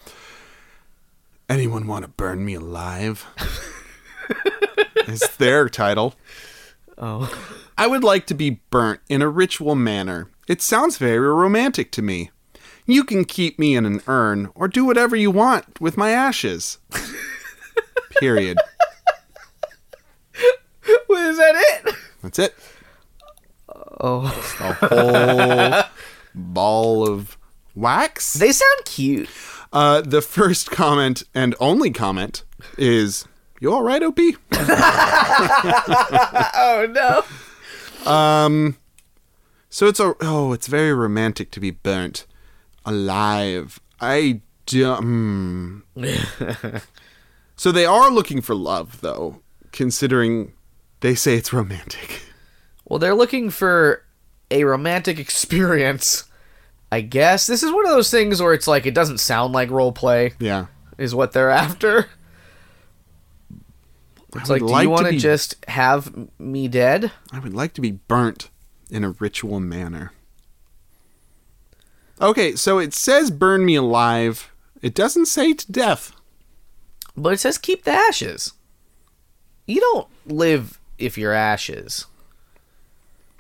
[SPEAKER 1] Anyone want to burn me alive? it's their title.
[SPEAKER 2] Oh.
[SPEAKER 1] I would like to be burnt in a ritual manner. It sounds very romantic to me. You can keep me in an urn or do whatever you want with my ashes. Period.
[SPEAKER 2] Wait, is that it?
[SPEAKER 1] That's it.
[SPEAKER 2] Oh.
[SPEAKER 1] A whole ball of wax.
[SPEAKER 2] They sound cute.
[SPEAKER 1] Uh, the first comment and only comment is, "You all right, OP?"
[SPEAKER 2] Oh no.
[SPEAKER 1] So it's a oh, it's very romantic to be burnt alive. I do. hmm. so they are looking for love, though, considering they say it's romantic.
[SPEAKER 2] Well, they're looking for a romantic experience. I guess this is one of those things where it's like it doesn't sound like role play
[SPEAKER 1] Yeah,
[SPEAKER 2] is what they're after. It's
[SPEAKER 1] I would
[SPEAKER 2] like, do you want to
[SPEAKER 1] be,
[SPEAKER 2] just have me dead?
[SPEAKER 1] I would like to be burnt in a ritual manner. Okay, so it says burn me alive. It doesn't say to death.
[SPEAKER 2] But it says keep the ashes. You don't live if you're ashes.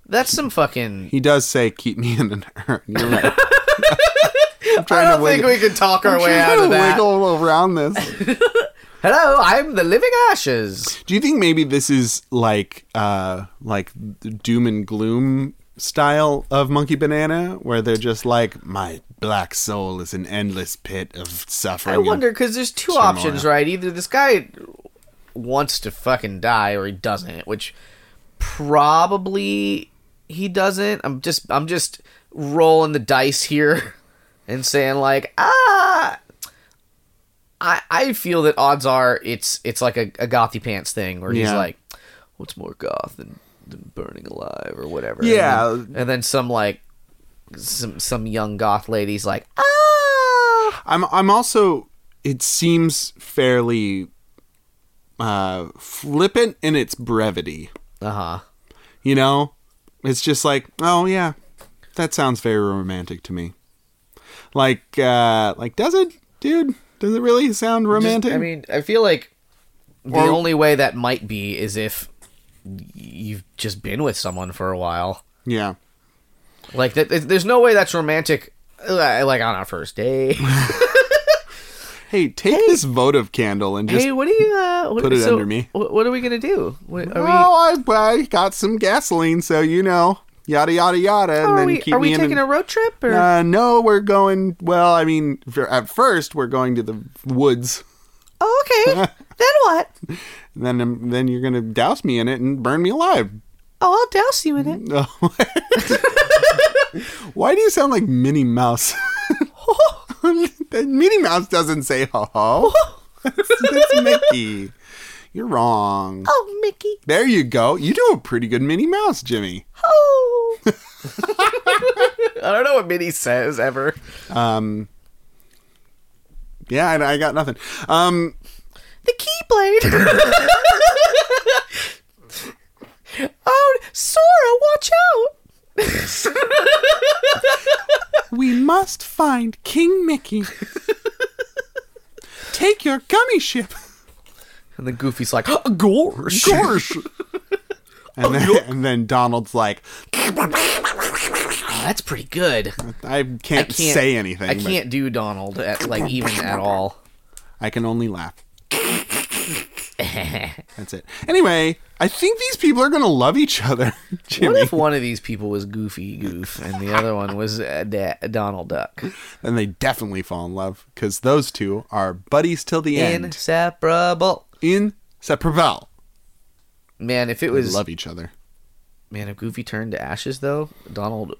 [SPEAKER 2] That's some fucking.
[SPEAKER 1] He does say keep me in an urn. You're right. I'm
[SPEAKER 2] I
[SPEAKER 1] trying
[SPEAKER 2] don't
[SPEAKER 1] to wiggle.
[SPEAKER 2] think we can talk our
[SPEAKER 1] I'm
[SPEAKER 2] way
[SPEAKER 1] trying
[SPEAKER 2] out
[SPEAKER 1] to
[SPEAKER 2] of that.
[SPEAKER 1] Wiggle around this.
[SPEAKER 2] Hello, I'm the living ashes.
[SPEAKER 1] Do you think maybe this is like uh like the doom and gloom style of Monkey Banana where they're just like my black soul is an endless pit of suffering.
[SPEAKER 2] I
[SPEAKER 1] and-"
[SPEAKER 2] wonder because there's two options, right? Either this guy wants to fucking die or he doesn't, which probably he doesn't. I'm just I'm just rolling the dice here and saying like ah. I, I feel that odds are it's it's like a, a gothy pants thing where he's
[SPEAKER 1] Yeah.
[SPEAKER 2] like, what's more goth than, than burning alive or whatever.
[SPEAKER 1] Yeah.
[SPEAKER 2] and then, and then some like some some young goth lady's like ah
[SPEAKER 1] I'm I'm also it seems fairly uh flippant in its brevity.
[SPEAKER 2] uh huh.
[SPEAKER 1] You know? It's just like, oh yeah, that sounds very romantic to me. Like uh like does it, dude? Does it really sound romantic?
[SPEAKER 2] I mean, I feel like the
[SPEAKER 1] Well-
[SPEAKER 2] only way that might be is if y- you've just been with someone for a while.
[SPEAKER 1] yeah.
[SPEAKER 2] Like, that, th- there's no way that's romantic. uh, Like on our first date.
[SPEAKER 1] Hey, take this votive candle and just.
[SPEAKER 2] hey, what are you? Uh, what,
[SPEAKER 1] Put it
[SPEAKER 2] so
[SPEAKER 1] under me.
[SPEAKER 2] wh- What are we gonna do? What, are we?
[SPEAKER 1] well, I, I got some gasoline, so you know, yada yada yada, and
[SPEAKER 2] Are
[SPEAKER 1] then
[SPEAKER 2] we,
[SPEAKER 1] keep
[SPEAKER 2] are
[SPEAKER 1] me
[SPEAKER 2] we
[SPEAKER 1] in.
[SPEAKER 2] taking
[SPEAKER 1] and-
[SPEAKER 2] a road trip? Or
[SPEAKER 1] uh, no, we're going. Well, I mean, for, at first we're going to the woods,
[SPEAKER 2] oh, okay. then what?
[SPEAKER 1] and then um, then you're gonna douse me in it and burn me alive.
[SPEAKER 2] Oh, I'll douse you in it.
[SPEAKER 1] No. Why do you sound like Minnie Mouse? Minnie Mouse doesn't say ho ho. That's Mickey. You're wrong.
[SPEAKER 2] Oh, Mickey.
[SPEAKER 1] There you go. You do a pretty good Minnie Mouse, Jimmy.
[SPEAKER 2] Oh. I don't know what Minnie says ever.
[SPEAKER 1] Um, Yeah, I, I got nothing. Um,
[SPEAKER 2] The Keyblade. oh, Sora, watch out!
[SPEAKER 1] we must find King Mickey. Take your gummy ship.
[SPEAKER 2] And then Goofy's like, "Gorsh, gorsh."
[SPEAKER 1] And then, and then Donald's like,
[SPEAKER 2] Ah, that's pretty good.
[SPEAKER 1] I can't, say anything.
[SPEAKER 2] I
[SPEAKER 1] but
[SPEAKER 2] can't do Donald at like even at all.
[SPEAKER 1] I can only laugh. That's it. Anyway, I think these people are going to love each other,
[SPEAKER 2] What
[SPEAKER 1] Jimmy.
[SPEAKER 2] if one of these people was Goofy Goof and the other one was uh, da- Donald Duck?
[SPEAKER 1] and they definitely fall in love because those two are buddies till the end.
[SPEAKER 2] Inseparable.
[SPEAKER 1] Inseparable.
[SPEAKER 2] Man, if it
[SPEAKER 1] They
[SPEAKER 2] was
[SPEAKER 1] love each other.
[SPEAKER 2] man, if Goofy turned to ashes though, Donald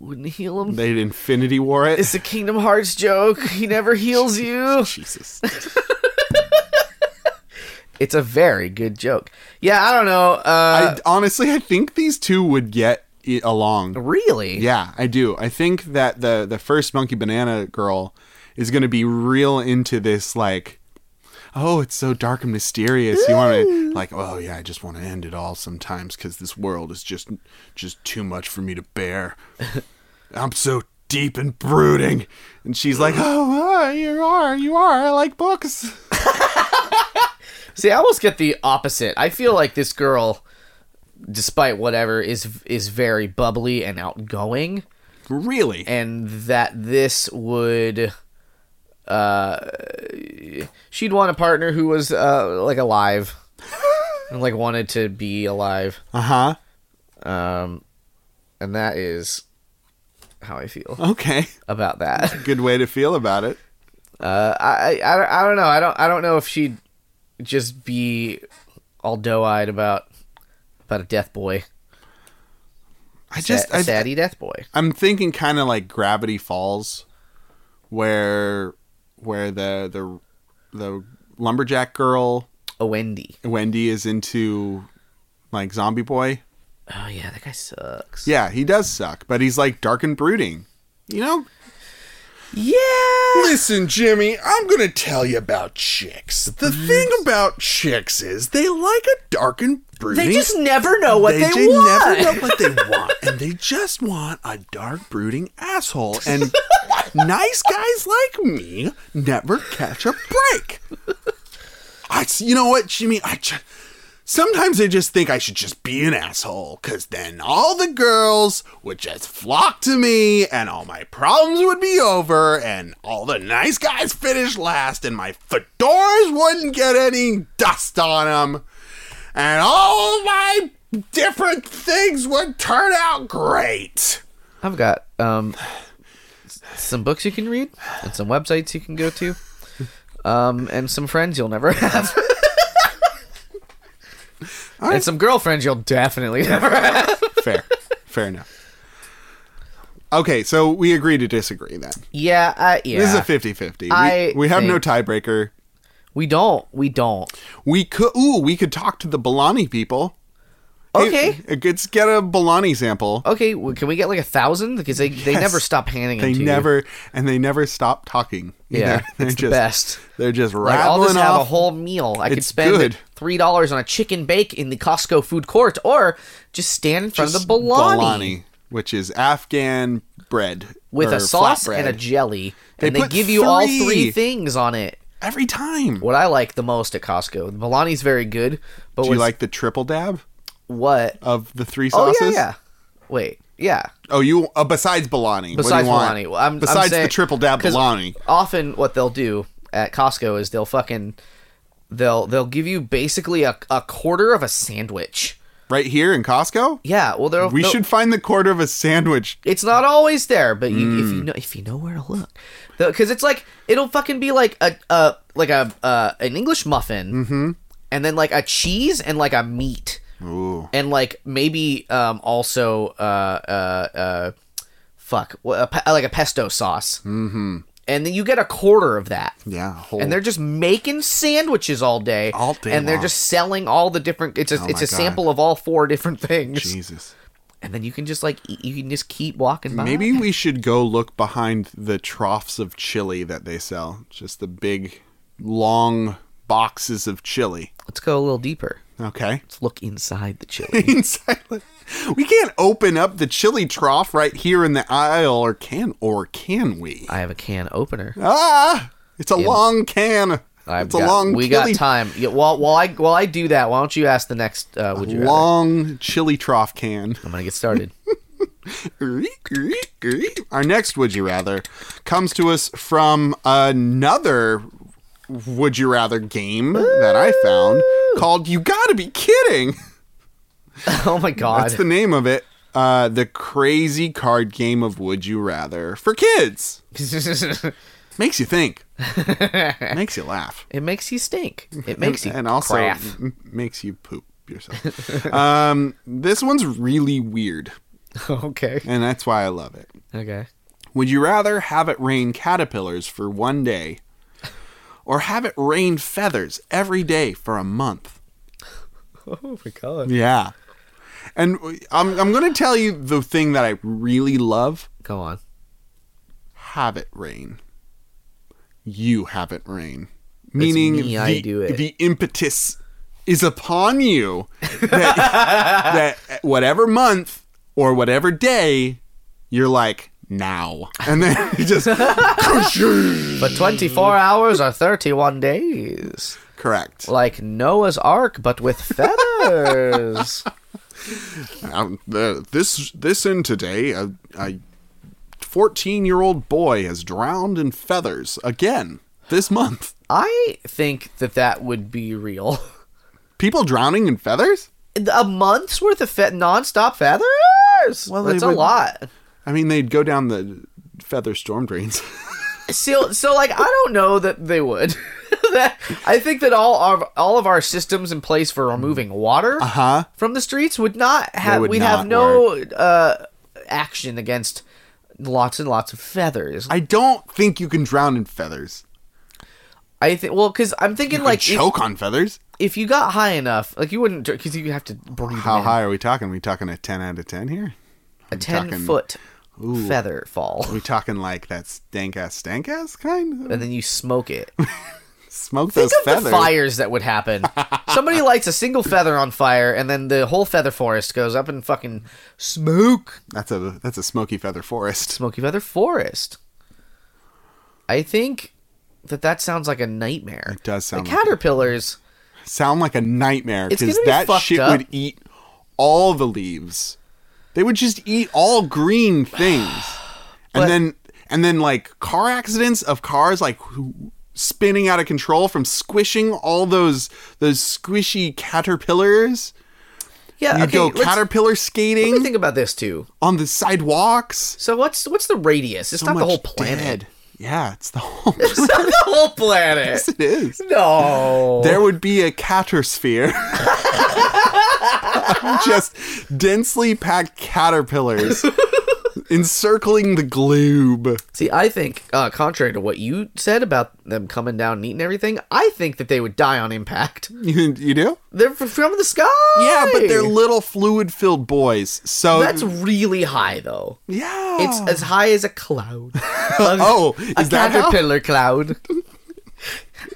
[SPEAKER 2] wouldn't heal him.
[SPEAKER 1] They'd Infinity War it.
[SPEAKER 2] It's a Kingdom Hearts joke. He never heals you.
[SPEAKER 1] Jesus.
[SPEAKER 2] Uh, It's a very good joke. Yeah, I don't know. Uh,
[SPEAKER 1] I honestly, I think these two would get it along.
[SPEAKER 2] really?
[SPEAKER 1] Yeah, I do. I think that the the first monkey banana girl is going to be real into this like oh, it's so dark and mysterious. You want to like oh yeah, I just want to end it all sometimes cuz this world is just just too much for me to bear. I'm so deep and brooding. And she's like, "Oh, uh, you are. You are. I like books."
[SPEAKER 2] See, I almost get the opposite. I feel like this girl despite whatever, is is very bubbly and outgoing,
[SPEAKER 1] Really?
[SPEAKER 2] and that this would. Uh, she'd want a partner who was uh like alive, and like wanted to be alive.
[SPEAKER 1] Uh huh.
[SPEAKER 2] Um, and that is how I feel
[SPEAKER 1] Okay.
[SPEAKER 2] about that.
[SPEAKER 1] Good way to feel about it.
[SPEAKER 2] Uh, I, I, I don't- I don't know. I don't I don't know if she'd just be all doe eyed about about a death boy,
[SPEAKER 1] I just,
[SPEAKER 2] just
[SPEAKER 1] I,
[SPEAKER 2] saddy death boy.
[SPEAKER 1] I'm thinking kind of like Gravity Falls, where where the the the lumberjack girl
[SPEAKER 2] A Wendy.
[SPEAKER 1] Wendy is into like zombie boy.
[SPEAKER 2] Oh yeah, that guy sucks.
[SPEAKER 1] Yeah, he does suck, but he's like dark and brooding. You know?
[SPEAKER 2] Yeah.
[SPEAKER 1] Listen, Jimmy, I'm going to tell you about chicks. The thing about chicks is they like a dark and brooding
[SPEAKER 2] They just never know what they,
[SPEAKER 1] ju-
[SPEAKER 2] want.
[SPEAKER 1] never know what they want, and they just want a dark, brooding asshole. And nice guys like me never catch a break. I, s- you know what, Jimmy? I ju- sometimes I just think I should just be an asshole, because then all the girls would just flock to me, and all my problems would be over, and all the nice guys finish last, and my fedoras wouldn't get any dust on them and all my different things would turn out great.
[SPEAKER 2] I've got um s- some books you can read and some websites you can go to, um and some friends you'll never have. And some girlfriends you'll definitely never have.
[SPEAKER 1] Fair. Fair enough. Okay, so we agree to disagree then.
[SPEAKER 2] Yeah, uh, yeah.
[SPEAKER 1] This is a 50 50. We,
[SPEAKER 2] I
[SPEAKER 1] we have no
[SPEAKER 2] think-
[SPEAKER 1] tiebreaker.
[SPEAKER 2] we don't. We don't.
[SPEAKER 1] We could, ooh, we could talk to the Balani people. Hey,
[SPEAKER 2] Okay. Oh,
[SPEAKER 1] let's get a Balani sample.
[SPEAKER 2] Okay, well, can we get like a thousand? Because they, they
[SPEAKER 1] Yes.
[SPEAKER 2] never stop handing them
[SPEAKER 1] They
[SPEAKER 2] to you.
[SPEAKER 1] never, and they never stop talking. either.
[SPEAKER 2] Yeah,
[SPEAKER 1] they're
[SPEAKER 2] it's the
[SPEAKER 1] just,
[SPEAKER 2] best.
[SPEAKER 1] They're just
[SPEAKER 2] Like, I'll
[SPEAKER 1] rattling
[SPEAKER 2] just have a
[SPEAKER 1] off.
[SPEAKER 2] whole meal. I could
[SPEAKER 1] It's
[SPEAKER 2] spend
[SPEAKER 1] good.
[SPEAKER 2] three dollars on a chicken bake in the Costco food court, or just stand in front of the bologna,
[SPEAKER 1] Balani, which is Afghan bread
[SPEAKER 2] with
[SPEAKER 1] or
[SPEAKER 2] a sauce
[SPEAKER 1] flatbread.
[SPEAKER 2] and a jelly,
[SPEAKER 1] They
[SPEAKER 2] and they
[SPEAKER 1] put
[SPEAKER 2] give you all
[SPEAKER 1] three.
[SPEAKER 2] three things on it.
[SPEAKER 1] every time.
[SPEAKER 2] What I like the most at Costco, the bologna's very good, but
[SPEAKER 1] Do you
[SPEAKER 2] what's-
[SPEAKER 1] like the triple dab
[SPEAKER 2] what?
[SPEAKER 1] of the three
[SPEAKER 2] Oh yeah,
[SPEAKER 1] sauces?
[SPEAKER 2] yeah. Wait, yeah.
[SPEAKER 1] Oh, you uh, besides Bologna. what do
[SPEAKER 2] Besides
[SPEAKER 1] you want?
[SPEAKER 2] bologna, well, I'm, I'm
[SPEAKER 1] besides the
[SPEAKER 2] saying-
[SPEAKER 1] triple dab
[SPEAKER 2] 'cause
[SPEAKER 1] Bologna.
[SPEAKER 2] often what they'll do at Costco is they'll fucking they'll they'll give you basically a, a quarter of a sandwich.
[SPEAKER 1] Right here in Costco,
[SPEAKER 2] Yeah, well they'll
[SPEAKER 1] we
[SPEAKER 2] they'll-
[SPEAKER 1] should find the quarter of a sandwich.
[SPEAKER 2] It's not always there, but you, if
[SPEAKER 1] Mm.
[SPEAKER 2] you know if you know where to look, because it's like it'll fucking be like a uh like a uh, an English muffin,
[SPEAKER 1] Mm-hmm.
[SPEAKER 2] and then like a cheese and like a meat,
[SPEAKER 1] Ooh,
[SPEAKER 2] and like maybe um also uh uh uh fuck wha- a, pe- like a pesto sauce, mm-hmm. and then you get a quarter of that.
[SPEAKER 1] yeah. Whole,
[SPEAKER 2] and they're just making sandwiches all day,
[SPEAKER 1] All day
[SPEAKER 2] and they're
[SPEAKER 1] long. Oh
[SPEAKER 2] just selling all the different. It's a it's
[SPEAKER 1] my
[SPEAKER 2] a
[SPEAKER 1] God.
[SPEAKER 2] sample of all four different things,
[SPEAKER 1] Jesus.
[SPEAKER 2] and then you can just like eat, you can just keep walking by.
[SPEAKER 1] Maybe we should go look behind the troughs of chili that they sell. Just the big, long boxes of chili.
[SPEAKER 2] let's go a little deeper.
[SPEAKER 1] Okay.
[SPEAKER 2] Let's look inside the chili.
[SPEAKER 1] Inside, we can't open up the chili trough right here in the aisle, or can or can we?
[SPEAKER 2] I have a can opener.
[SPEAKER 1] Ah, it's a long can.
[SPEAKER 2] I've
[SPEAKER 1] it's a
[SPEAKER 2] got-
[SPEAKER 1] long.
[SPEAKER 2] We
[SPEAKER 1] chili-
[SPEAKER 2] got time. Yeah, while while I while I do that, why don't you ask the next? Uh, would you? rather?
[SPEAKER 1] Long chili trough can.
[SPEAKER 2] I'm gonna get started.
[SPEAKER 1] Our next would you rather comes to us from another would you rather game that I found called "You Gotta Be Kidding."
[SPEAKER 2] oh my god!
[SPEAKER 1] That's the name of it. Uh, the crazy card game of Would You Rather for kids makes you think, makes you laugh.
[SPEAKER 2] it makes you stink. It makes you
[SPEAKER 1] and also
[SPEAKER 2] craft.
[SPEAKER 1] m- makes you poop yourself. um, this one's really weird,
[SPEAKER 2] okay.
[SPEAKER 1] and that's why I love it.
[SPEAKER 2] Okay.
[SPEAKER 1] Would you rather have it rain caterpillars for one day, or have it rain feathers every day for a month?
[SPEAKER 2] Oh my god.
[SPEAKER 1] Yeah, and w- I'm I'm gonna tell you the thing that I really love:
[SPEAKER 2] Go on.
[SPEAKER 1] have it rain. You have it rain, meaning
[SPEAKER 2] me,
[SPEAKER 1] the,
[SPEAKER 2] I do it.
[SPEAKER 1] the impetus is upon you that, that whatever month or whatever day you're like now, and then you just.
[SPEAKER 2] For 24 hours or 31 days.
[SPEAKER 1] Correct.
[SPEAKER 2] Like Noah's Ark, but with feathers.
[SPEAKER 1] Um, the, this this in today, a, a 14-year-old boy has drowned in feathers again this month.
[SPEAKER 2] I think that that would be real.
[SPEAKER 1] People drowning in feathers?
[SPEAKER 2] A month's worth of fe- non-stop feathers.
[SPEAKER 1] Well,
[SPEAKER 2] Well,
[SPEAKER 1] they
[SPEAKER 2] that's a
[SPEAKER 1] would-
[SPEAKER 2] lot.
[SPEAKER 1] I mean, they'd go down the feather storm drains.
[SPEAKER 2] So, so like I don't know that they would. that I think that all of all of our systems in place for removing water
[SPEAKER 1] Uh-huh.
[SPEAKER 2] from the streets would not have.
[SPEAKER 1] would
[SPEAKER 2] We'd
[SPEAKER 1] not
[SPEAKER 2] have no uh, action against lots and lots of feathers. I,
[SPEAKER 1] I don't think you can drown in feathers.
[SPEAKER 2] think. Well, because I'm thinking like if,
[SPEAKER 1] Choke on feathers?
[SPEAKER 2] if you got high enough, like you wouldn't because you have to breathe.
[SPEAKER 1] How
[SPEAKER 2] them in.
[SPEAKER 1] high are we talking? we talking a 10 out of 10 here?
[SPEAKER 2] a ten
[SPEAKER 1] talking-
[SPEAKER 2] foot feather fall,
[SPEAKER 1] Are we talking like that stank ass, stank ass kind?
[SPEAKER 2] and then you smoke it.
[SPEAKER 1] Smoke
[SPEAKER 2] Think
[SPEAKER 1] those
[SPEAKER 2] of
[SPEAKER 1] feathers.
[SPEAKER 2] the fires that would happen. Somebody lights a single feather on fire, and then the whole feather forest goes up in fucking smoke.
[SPEAKER 1] That's a that's a smoky feather forest.
[SPEAKER 2] Smoky feather forest. I think that that sounds like a nightmare. It
[SPEAKER 1] does sound
[SPEAKER 2] the
[SPEAKER 1] like a-
[SPEAKER 2] caterpillars.
[SPEAKER 1] Sound like a nightmare
[SPEAKER 2] It's
[SPEAKER 1] because
[SPEAKER 2] gonna be
[SPEAKER 1] that
[SPEAKER 2] fucked
[SPEAKER 1] shit
[SPEAKER 2] up.
[SPEAKER 1] would eat all the leaves. They would just eat all green things,
[SPEAKER 2] But-
[SPEAKER 1] and then and then like car accidents of cars like who- spinning out of control from squishing all those those squishy caterpillars.
[SPEAKER 2] Yeah,
[SPEAKER 1] You
[SPEAKER 2] okay.
[SPEAKER 1] go
[SPEAKER 2] let's-
[SPEAKER 1] caterpillar
[SPEAKER 2] Let me
[SPEAKER 1] skating
[SPEAKER 2] think about this too.
[SPEAKER 1] on the sidewalks.
[SPEAKER 2] So what's what's the radius? It's
[SPEAKER 1] So
[SPEAKER 2] not the
[SPEAKER 1] much
[SPEAKER 2] whole planet.
[SPEAKER 1] dead. Yeah, it's the whole.
[SPEAKER 2] It's not the whole planet.
[SPEAKER 1] it is.
[SPEAKER 2] No.
[SPEAKER 1] there would be a catersphere. Just densely packed caterpillars encircling the globe.
[SPEAKER 2] See, I think, uh, contrary to what you said about them coming down and eating everything, I think that they would die on impact.
[SPEAKER 1] You, you do?
[SPEAKER 2] They're f- from the sky.
[SPEAKER 1] Yeah, but they're little fluid filled boys. So
[SPEAKER 2] that's really high though.
[SPEAKER 1] yeah.
[SPEAKER 2] It's as high as a cloud.
[SPEAKER 1] oh,
[SPEAKER 2] a
[SPEAKER 1] is that how?
[SPEAKER 2] caterpillar cloud.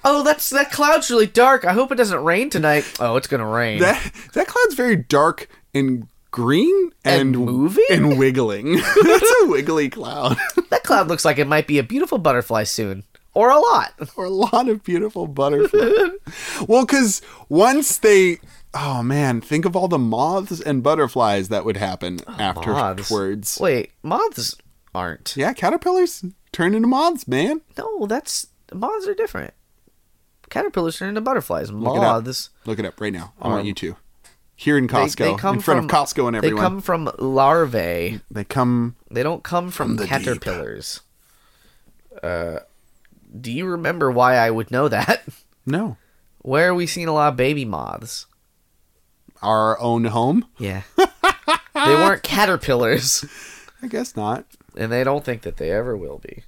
[SPEAKER 2] oh, that's that cloud's really dark. I hope it doesn't rain tonight. Oh, it's gonna rain.
[SPEAKER 1] that that cloud's very dark and green and,
[SPEAKER 2] And moving?
[SPEAKER 1] and wiggling. That's a wiggly cloud
[SPEAKER 2] that cloud looks like it might be a beautiful butterfly soon, or a lot.
[SPEAKER 1] or a lot of beautiful butterflies. well, because once they, oh man, think of all the moths and butterflies that would happen
[SPEAKER 2] Oh, Moths.
[SPEAKER 1] afterwards.
[SPEAKER 2] Wait, moths aren't.
[SPEAKER 1] Yeah, caterpillars turn into moths, man.
[SPEAKER 2] No, that's moths are different. Caterpillars turn into butterflies.
[SPEAKER 1] it up.
[SPEAKER 2] Moths.
[SPEAKER 1] Look it up right now. I
[SPEAKER 2] Um,
[SPEAKER 1] want you to. Here in Costco, in front of Costco and everyone,
[SPEAKER 2] They come from larvae.
[SPEAKER 1] They come-
[SPEAKER 2] They don't come from
[SPEAKER 1] the deep.
[SPEAKER 2] caterpillars. Uh, do you remember why I would know that?
[SPEAKER 1] No,
[SPEAKER 2] Where are we seeing a lot of baby moths?
[SPEAKER 1] our own home.
[SPEAKER 2] Yeah. they weren't caterpillars,
[SPEAKER 1] I guess not.
[SPEAKER 2] and they don't think that they ever will be.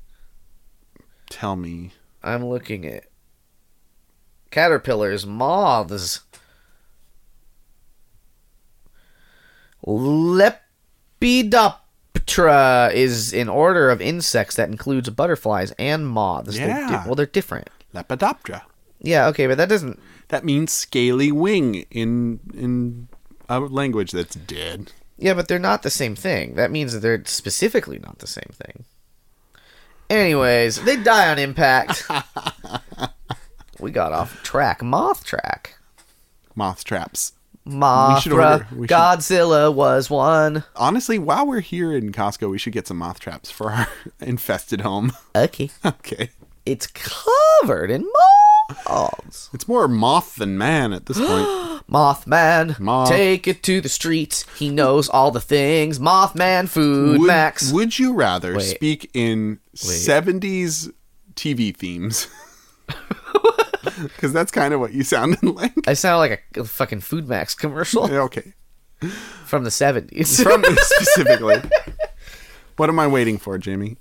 [SPEAKER 1] Tell me,
[SPEAKER 2] I'm looking at caterpillars, moths, Lepidoptera is an order of insects that includes butterflies and moths. They're di-
[SPEAKER 1] Yeah.
[SPEAKER 2] well, they're different.
[SPEAKER 1] Lepidoptera.
[SPEAKER 2] Yeah, okay, but that doesn't.
[SPEAKER 1] That means scaly wing in in a language that's dead.
[SPEAKER 2] Yeah, but they're not the same thing. That means that they're specifically not the same thing. Anyways, they die on impact. we got off track. Moth track.
[SPEAKER 1] Moth traps. should
[SPEAKER 2] Mothra.
[SPEAKER 1] order- we should-
[SPEAKER 2] Godzilla was one.
[SPEAKER 1] Honestly, while we're here in Costco, we should get some moth traps for our infested home.
[SPEAKER 2] Okay.
[SPEAKER 1] okay.
[SPEAKER 2] It's covered in moths.
[SPEAKER 1] It's more moth than man at this point.
[SPEAKER 2] Mothman,
[SPEAKER 1] Moth-
[SPEAKER 2] take it to the streets. He knows all the things. Mothman, Food
[SPEAKER 1] would,
[SPEAKER 2] Max.
[SPEAKER 1] would you rather
[SPEAKER 2] Wait.
[SPEAKER 1] speak in 70s TV themes? Because that's kind of what you sounded like.
[SPEAKER 2] I sound like a fucking Food Max commercial
[SPEAKER 1] Okay.
[SPEAKER 2] from the 70s.
[SPEAKER 1] From specifically. What am I waiting for, Jimmy?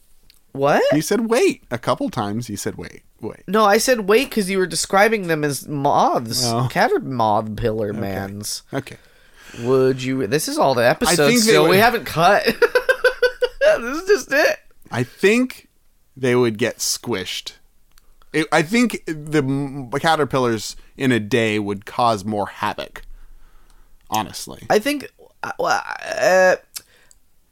[SPEAKER 2] what?
[SPEAKER 1] You said wait a couple times. You said wait, wait.
[SPEAKER 2] No, I said wait because you were describing them as moths,
[SPEAKER 1] Oh.
[SPEAKER 2] cater moth pillar mans.
[SPEAKER 1] Okay.
[SPEAKER 2] Would you? This is all the episode.
[SPEAKER 1] think they
[SPEAKER 2] still,
[SPEAKER 1] would-
[SPEAKER 2] we haven't cut. this is just it.
[SPEAKER 1] I think they would get squished. It, I think the m- caterpillars in a day would cause more havoc. Honestly,
[SPEAKER 2] I think. uh, well, Uh,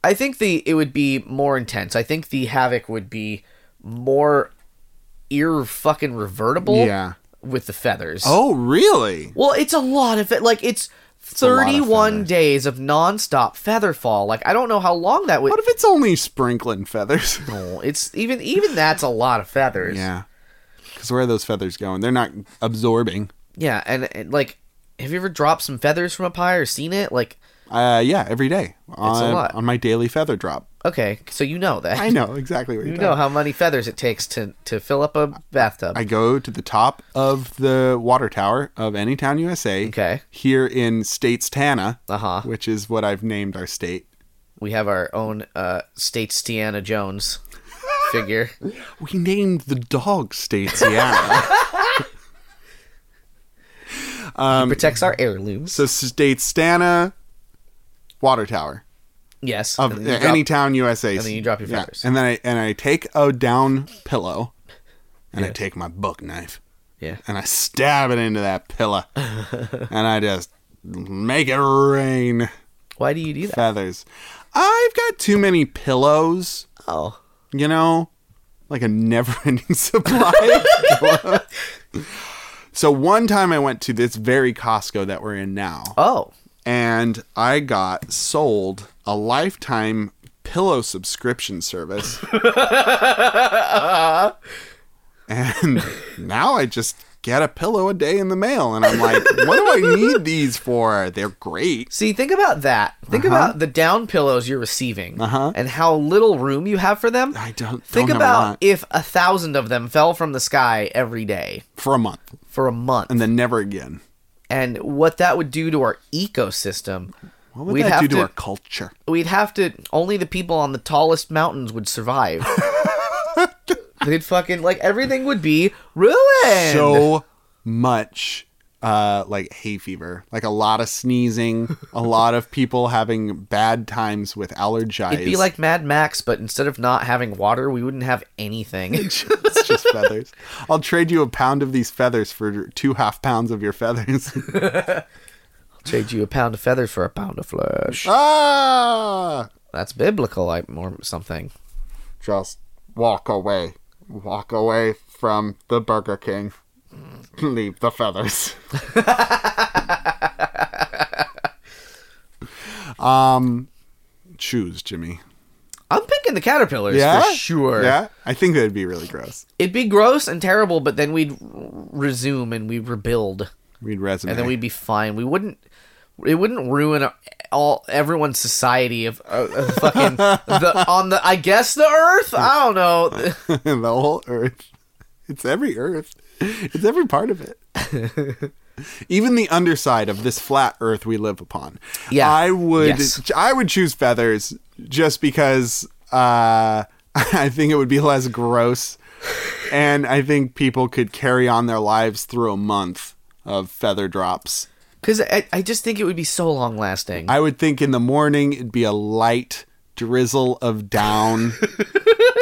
[SPEAKER 2] I think the it would be more intense. I think the havoc would be more ear fucking revertible.
[SPEAKER 1] Yeah.
[SPEAKER 2] With the feathers.
[SPEAKER 1] Oh, really?
[SPEAKER 2] Well, it's a lot of it. Like it's
[SPEAKER 1] a lot of
[SPEAKER 2] 31
[SPEAKER 1] feathers.
[SPEAKER 2] days of nonstop feather fall. Like I don't know how long that would.
[SPEAKER 1] What if it's only sprinkling feathers?
[SPEAKER 2] Oh, it's even even that's a lot of feathers.
[SPEAKER 1] yeah. Because where are those feathers going? They're not absorbing.
[SPEAKER 2] Yeah, and, and, like, have you ever dropped some feathers from up high or seen it? Like,
[SPEAKER 1] Uh, yeah, every day on,
[SPEAKER 2] lot.
[SPEAKER 1] on my daily feather drop.
[SPEAKER 2] okay, so you know that.
[SPEAKER 1] I know exactly what you're
[SPEAKER 2] you
[SPEAKER 1] talking
[SPEAKER 2] know how many feathers it takes to to fill up a bathtub.
[SPEAKER 1] I go to the top of the water tower of Anytown, USA.
[SPEAKER 2] Okay.
[SPEAKER 1] Here in Statesdale,
[SPEAKER 2] Uh-huh.
[SPEAKER 1] which is what I've named our state.
[SPEAKER 2] we have our own uh state's Tiana Jones figure.
[SPEAKER 1] We named the dog Statesiana. Um,
[SPEAKER 2] protects our heirlooms.
[SPEAKER 1] so Statesdana, water tower
[SPEAKER 2] yes.
[SPEAKER 1] of
[SPEAKER 2] and
[SPEAKER 1] uh,
[SPEAKER 2] then you drop-
[SPEAKER 1] Anytown, USA.
[SPEAKER 2] and then you drop your
[SPEAKER 1] Yeah.
[SPEAKER 2] feathers.
[SPEAKER 1] And then I and I take a down pillow, and I take my buck knife
[SPEAKER 2] yeah.
[SPEAKER 1] and I stab it into that pillow, and I just make it rain.
[SPEAKER 2] Why do you do that?
[SPEAKER 1] feathers. I've got too many pillows,
[SPEAKER 2] Oh.
[SPEAKER 1] you know, like a never ending supply. of pillows. so one time I went to this very Costco that we're in now,
[SPEAKER 2] Oh.
[SPEAKER 1] and I got sold a lifetime pillow subscription service. and now I just get a pillow a day in the mail and I'm like, what do I need these for? They're great.
[SPEAKER 2] See, think about that. Think about the down pillows you're receiving
[SPEAKER 1] Uh-huh.
[SPEAKER 2] and how little room you have for them.
[SPEAKER 1] I don't
[SPEAKER 2] Think
[SPEAKER 1] don't have a
[SPEAKER 2] about
[SPEAKER 1] lot.
[SPEAKER 2] if a thousand of them fell from the sky every day
[SPEAKER 1] for a month.
[SPEAKER 2] for a month,
[SPEAKER 1] and then never again.
[SPEAKER 2] and what that would do to our ecosystem.
[SPEAKER 1] What would
[SPEAKER 2] we'd
[SPEAKER 1] that
[SPEAKER 2] have
[SPEAKER 1] do to, our culture?
[SPEAKER 2] We'd have to. Only the people on the tallest mountains would survive. They'd fucking like everything would be ruined.
[SPEAKER 1] So much uh like hay fever. Like a lot of sneezing, a lot of people having bad times with allergies.
[SPEAKER 2] It'd be like Mad Max, but instead of not having water, we wouldn't have anything.
[SPEAKER 1] it's just feathers. I'll trade you a pound of these feathers for two half pounds of your feathers.
[SPEAKER 2] Trade you a pound of feathers for a pound of flesh.
[SPEAKER 1] ah
[SPEAKER 2] That's biblical, like or something.
[SPEAKER 1] just walk away. Walk away from the Burger King. Leave the feathers. um choose, Jimmy.
[SPEAKER 2] I'm picking the caterpillars for sure.
[SPEAKER 1] Yeah. I think that'd be really gross.
[SPEAKER 2] It'd be gross and terrible, but then we'd r- resume and we'd rebuild,
[SPEAKER 1] We'd resume.
[SPEAKER 2] and then we'd be fine. We wouldn't. It wouldn't ruin our- all everyone's society of uh, uh, fucking the on the I guess the Earth. I don't know.
[SPEAKER 1] the whole earth. It's every earth. It's every part of it. Even the underside of this flat earth we live upon.
[SPEAKER 2] Yeah.
[SPEAKER 1] I would
[SPEAKER 2] Yes.
[SPEAKER 1] I would choose feathers just because uh I think it would be less gross and I think people could carry on their lives through a month of feather drops.
[SPEAKER 2] Because I, I just think it would be so long lasting.
[SPEAKER 1] I would think in the morning it'd be a light drizzle of down.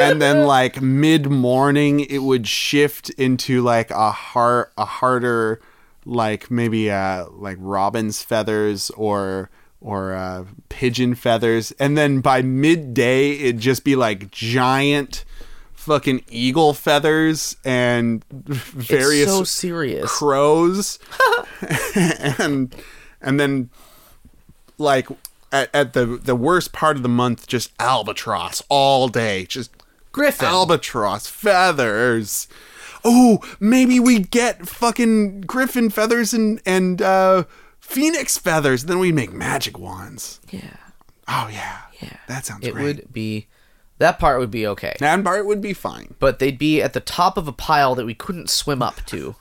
[SPEAKER 1] and then like mid morning it would shift into like a har a harder like maybe uh like robin's feathers or or uh, pigeon feathers and then by midday it'd just be like giant fucking eagle feathers and various
[SPEAKER 2] it's so serious.
[SPEAKER 1] crows and and then like at, at the the worst part of the month just albatross all day just
[SPEAKER 2] Griffin.
[SPEAKER 1] albatross feathers oh maybe we get fucking griffin feathers and and uh phoenix feathers then we make magic wands
[SPEAKER 2] yeah.
[SPEAKER 1] oh yeah yeah that sounds
[SPEAKER 2] It
[SPEAKER 1] great
[SPEAKER 2] would be that part would be okay.
[SPEAKER 1] and bart would be fine
[SPEAKER 2] But they'd be at the top of a pile that we couldn't swim up to.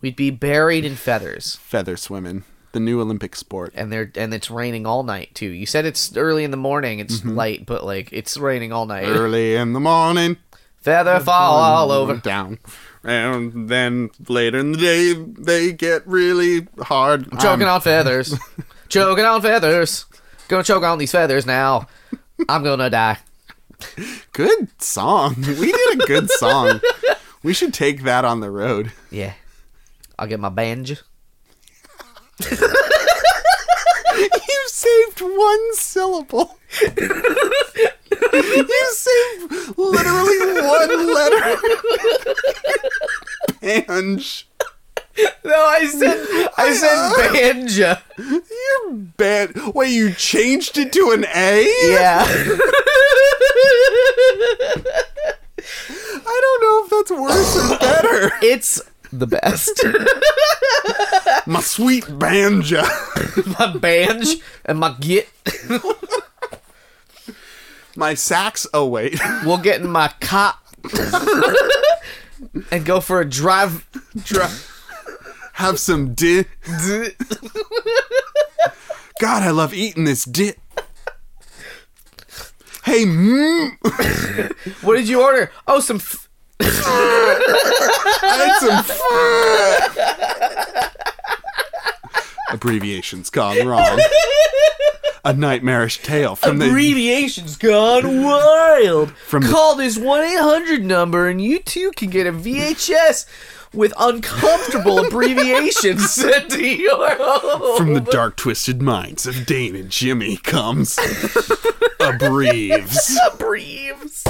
[SPEAKER 2] We'd be buried in feathers.
[SPEAKER 1] feather swimming the new olympic sport
[SPEAKER 2] And they're and it's raining all night too. You said it's early in the morning, it's light, but like it's raining all night.
[SPEAKER 1] Mm-hmm. early in the morning
[SPEAKER 2] Feather fall all over.
[SPEAKER 1] down. And then later in the day, they get really hard. Um,
[SPEAKER 2] Choking
[SPEAKER 1] I'm-
[SPEAKER 2] on feathers. choking on feathers. Gonna choke on these feathers now. I'm gonna die.
[SPEAKER 1] Good song. We did a good song. We should take that on the road.
[SPEAKER 2] Yeah. I'll get my banjo.
[SPEAKER 1] You saved one syllable. you saved literally one letter. Banj.
[SPEAKER 2] No, I said I said banjo.
[SPEAKER 1] You Your band. Wait, you changed it to an A?
[SPEAKER 2] Yeah.
[SPEAKER 1] I don't know if that's worse or better.
[SPEAKER 2] it's the best.
[SPEAKER 1] My sweet banjo.
[SPEAKER 2] my banj and my git.
[SPEAKER 1] My sax. Oh, wait.
[SPEAKER 2] We'll get in my cop and go for a drive. drive.
[SPEAKER 1] Have some di. God, I love eating this di. Hey, mm,
[SPEAKER 2] What did you order? Oh, some. F-
[SPEAKER 1] I had some. F- Abbreviations gone wrong. A nightmarish tale from the
[SPEAKER 2] Abbreviations gone wild.
[SPEAKER 1] From the-
[SPEAKER 2] Call this 1 800 number and you too can get a VHS with uncomfortable abbreviations sent to your home.
[SPEAKER 1] from the dark, twisted minds of Dane and Jimmy comes. Abbreves.
[SPEAKER 2] Briefs.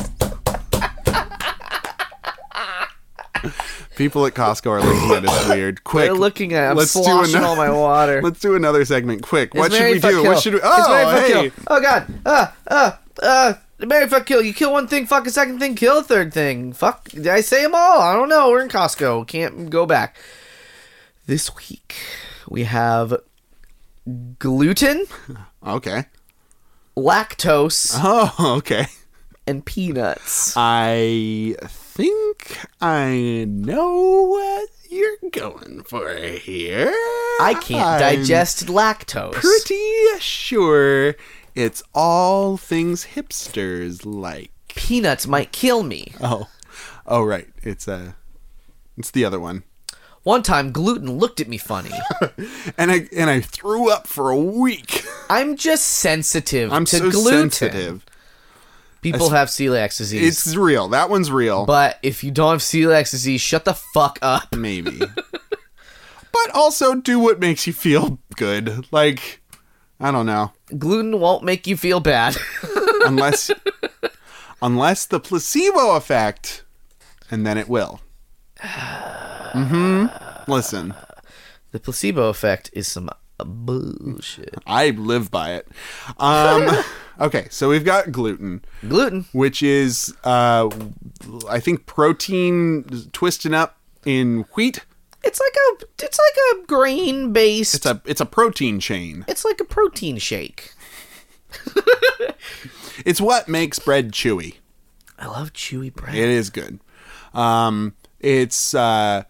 [SPEAKER 1] People at Costco are looking at us weird. Quick,
[SPEAKER 2] They're looking at. I'm
[SPEAKER 1] let's do
[SPEAKER 2] sloshing
[SPEAKER 1] another-
[SPEAKER 2] all my water.
[SPEAKER 1] Let's do another segment. Quick, what
[SPEAKER 2] It's
[SPEAKER 1] should
[SPEAKER 2] Mary
[SPEAKER 1] we
[SPEAKER 2] fuck
[SPEAKER 1] do?
[SPEAKER 2] Kill.
[SPEAKER 1] What should we?
[SPEAKER 2] it's Mary
[SPEAKER 1] Oh,
[SPEAKER 2] fuck
[SPEAKER 1] hey,
[SPEAKER 2] kill. Oh god. Uh uh uh Mary fuck kill. You kill one thing, fuck a second thing, kill a third thing. Fuck did I say them all? I don't know. We're in Costco. Can't go back. This week we have gluten,
[SPEAKER 1] okay.
[SPEAKER 2] lactose,
[SPEAKER 1] Oh, okay.
[SPEAKER 2] and peanuts.
[SPEAKER 1] I think I know what you're going for here.
[SPEAKER 2] I can't
[SPEAKER 1] I'm
[SPEAKER 2] digest lactose.
[SPEAKER 1] Pretty sure it's all things hipsters like.
[SPEAKER 2] Peanuts might kill me.
[SPEAKER 1] Oh, oh right. It's uh, it's the other one.
[SPEAKER 2] One time gluten looked at me funny.
[SPEAKER 1] And I and I threw up for a week.
[SPEAKER 2] I'm just sensitive
[SPEAKER 1] I'm
[SPEAKER 2] to
[SPEAKER 1] so
[SPEAKER 2] gluten.
[SPEAKER 1] sensitive.
[SPEAKER 2] People have celiac disease.
[SPEAKER 1] It's real. That one's real.
[SPEAKER 2] But if you don't have celiac disease, shut the fuck up.
[SPEAKER 1] maybe. but also do what makes you feel good. Like I don't know.
[SPEAKER 2] Gluten won't make you feel bad.
[SPEAKER 1] Unless unless the placebo effect and then it will. Mhm. Listen,
[SPEAKER 2] the placebo effect is some bullshit.
[SPEAKER 1] I live by it. Um okay, so we've got gluten,
[SPEAKER 2] Gluten.
[SPEAKER 1] which is uh I think protein twisting up in wheat.
[SPEAKER 2] It's like a it's like a grain based
[SPEAKER 1] It's a it's a protein chain.
[SPEAKER 2] it's like a protein shake.
[SPEAKER 1] It's what makes bread chewy.
[SPEAKER 2] I love chewy bread.
[SPEAKER 1] It is good. Um, it's uh,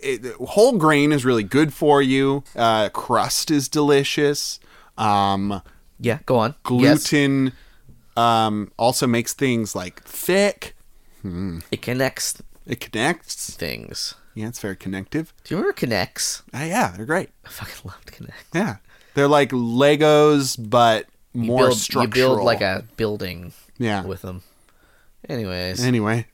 [SPEAKER 1] it, it- whole grain is really good for you. Uh, crust is delicious. Um,
[SPEAKER 2] yeah, go on. Yes.
[SPEAKER 1] gluten um, also makes things like thick.
[SPEAKER 2] It connects
[SPEAKER 1] It connects.
[SPEAKER 2] things.
[SPEAKER 1] Yeah, it's very connective.
[SPEAKER 2] Do you remember connects?
[SPEAKER 1] Uh, yeah, they're great.
[SPEAKER 2] I fucking loved connect.
[SPEAKER 1] Yeah, they're like Legos, but more
[SPEAKER 2] build,
[SPEAKER 1] structural.
[SPEAKER 2] You build like a building
[SPEAKER 1] Yeah.
[SPEAKER 2] with them. Anyways.
[SPEAKER 1] anyway,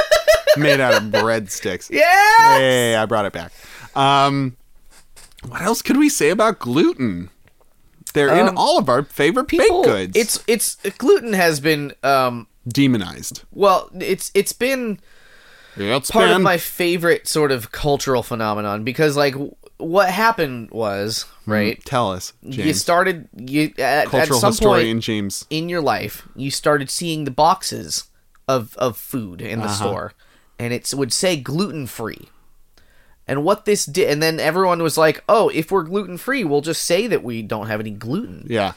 [SPEAKER 1] made out of breadsticks.
[SPEAKER 2] yeah.
[SPEAKER 1] Hey, I brought it back. Um, what else could we say about gluten? They're in
[SPEAKER 2] Um,
[SPEAKER 1] all of our favorite
[SPEAKER 2] People-
[SPEAKER 1] baked goods.
[SPEAKER 2] It's it's gluten has been um
[SPEAKER 1] demonized.
[SPEAKER 2] Well, it's it's been
[SPEAKER 1] It's
[SPEAKER 2] part of
[SPEAKER 1] been-
[SPEAKER 2] my favorite sort of cultural phenomenon because like w- what happened was right
[SPEAKER 1] Tell us, Mm-hmm. James.
[SPEAKER 2] you started you at, at
[SPEAKER 1] cultural
[SPEAKER 2] some
[SPEAKER 1] historian
[SPEAKER 2] point
[SPEAKER 1] James.
[SPEAKER 2] in your life you started seeing the boxes of of food in
[SPEAKER 1] Uh-huh.
[SPEAKER 2] the store and it would say gluten free and what this did and then everyone was like oh if we're gluten free we'll just say that we don't have any gluten
[SPEAKER 1] Yeah,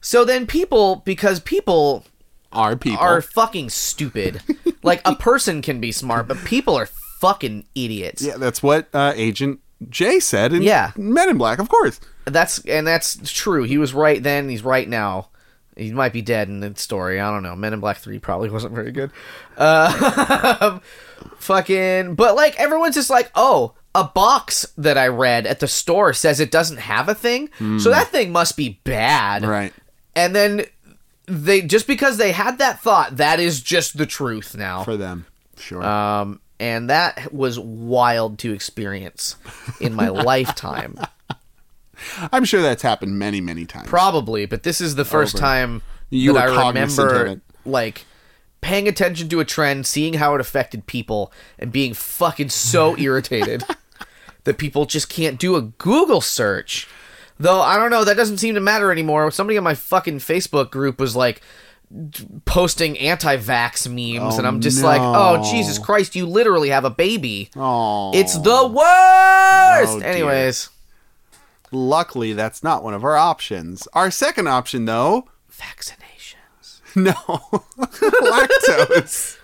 [SPEAKER 2] so then people because people
[SPEAKER 1] our people.
[SPEAKER 2] are fucking stupid. like a person can be smart, but people are fucking idiots.
[SPEAKER 1] yeah, that's what uh, Agent Jay said in
[SPEAKER 2] Yeah.
[SPEAKER 1] Men in Black, of course.
[SPEAKER 2] That's and that's true. He was right then, he's right now. He might be dead in the story. I don't know. Men in Black 3 probably wasn't very good. Uh, fucking but like everyone's just like, "Oh, a box that I read at the store says it doesn't have a thing. So that thing must be bad."
[SPEAKER 1] Hmm. Right.
[SPEAKER 2] And then they just because they had that thought, that is just the truth now.
[SPEAKER 1] For them. Sure.
[SPEAKER 2] um, and that was wild to experience in my lifetime,
[SPEAKER 1] I'm sure that's happened many, many times.
[SPEAKER 2] probably. But this is the first time
[SPEAKER 1] You
[SPEAKER 2] that
[SPEAKER 1] were
[SPEAKER 2] I
[SPEAKER 1] cognizant of
[SPEAKER 2] remember
[SPEAKER 1] it.
[SPEAKER 2] like paying attention to a trend, seeing how it affected people, and being fucking so irritated that people just can't do a Google search. Though I don't know, that doesn't seem to matter anymore. Somebody in my fucking Facebook group was like d- posting anti-vax memes
[SPEAKER 1] Oh,
[SPEAKER 2] and I'm just like,
[SPEAKER 1] no.
[SPEAKER 2] "Oh, Jesus Christ, you literally have a baby."
[SPEAKER 1] Oh,
[SPEAKER 2] It's the worst.
[SPEAKER 1] dear.
[SPEAKER 2] Anyways,
[SPEAKER 1] luckily that's not one of our options. Our second option, though,
[SPEAKER 2] vaccinations.
[SPEAKER 1] no, lactose.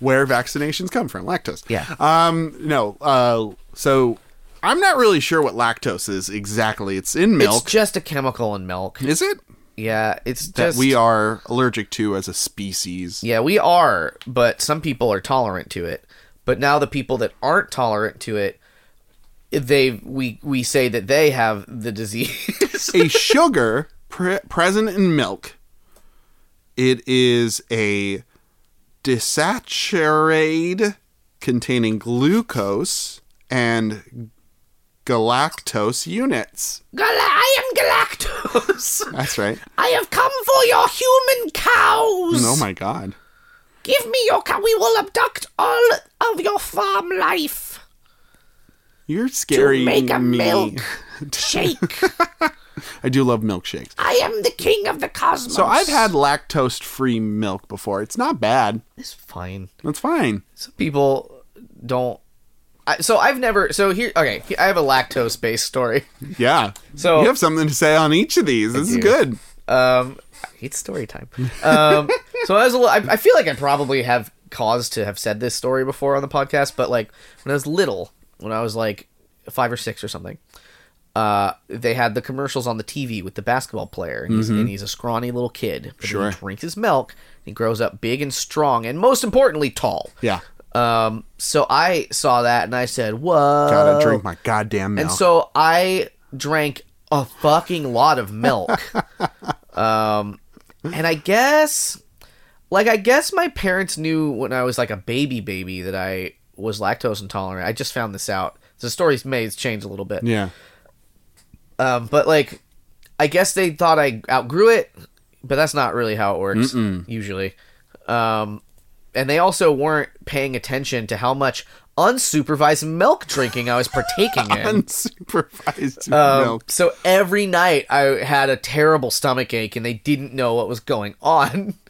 [SPEAKER 1] Where vaccinations come from, lactose.
[SPEAKER 2] Yeah.
[SPEAKER 1] Um. No. Uh. So, I'm not really sure what lactose is exactly. It's in milk.
[SPEAKER 2] It's just a chemical in milk.
[SPEAKER 1] is it
[SPEAKER 2] Yeah, it's
[SPEAKER 1] that
[SPEAKER 2] just
[SPEAKER 1] we are allergic to as a species?
[SPEAKER 2] Yeah, we are, but some people are tolerant to it. But now the people that aren't tolerant to it, they we we say that they have the disease.
[SPEAKER 1] a sugar pre- present in milk. It is a disaccharide containing glucose and galactose units.
[SPEAKER 2] Gal- I am galactose.
[SPEAKER 1] That's right.
[SPEAKER 2] I have come for your human cows.
[SPEAKER 1] Oh my god.
[SPEAKER 2] Give me your cow. We will abduct all of your farm life.
[SPEAKER 1] You're scary.
[SPEAKER 3] make a
[SPEAKER 1] me.
[SPEAKER 3] milk. shake.
[SPEAKER 1] I do love milkshakes.
[SPEAKER 3] I am the king of the cosmos.
[SPEAKER 2] Oh,
[SPEAKER 1] So I've had lactose free milk before. It's not bad.
[SPEAKER 2] It's fine.
[SPEAKER 1] That's fine.
[SPEAKER 2] Some people don't. I, so I've never. So here, okay, I have a lactose based story.
[SPEAKER 1] Yeah.
[SPEAKER 2] So-
[SPEAKER 1] you have something to say on each of these. This is
[SPEAKER 2] do.
[SPEAKER 1] good.
[SPEAKER 2] Um, it's story time. Um, so I was a little, I, I feel like I probably have cause to have said this story before on the podcast, but like when I was little, when I was like five or six or something, uh, they had the commercials on the TV with the basketball player, and he's, and he's a scrawny little kid. But
[SPEAKER 1] Mm-hmm. Sure.
[SPEAKER 2] He drinks his milk, and he grows up big and strong, and most importantly, tall.
[SPEAKER 1] Yeah.
[SPEAKER 2] Um, so I saw that, and I said, "Whoa!"
[SPEAKER 1] Gotta drink my goddamn milk.
[SPEAKER 2] Uh, And so I drank a fucking lot of milk. um, and I guess, like, I guess my parents knew when I was like a baby baby that I was lactose intolerant. I just found this out. The stories may change a little bit.
[SPEAKER 1] yeah.
[SPEAKER 2] Um, but like, I guess they thought I outgrew it, but that's not really how it works usually. Um, and they also weren't paying attention to how much unsupervised milk drinking I was partaking in.
[SPEAKER 1] unsupervised
[SPEAKER 2] Um,
[SPEAKER 1] milk.
[SPEAKER 2] So every night I had a terrible stomach ache, and they didn't know what was going on.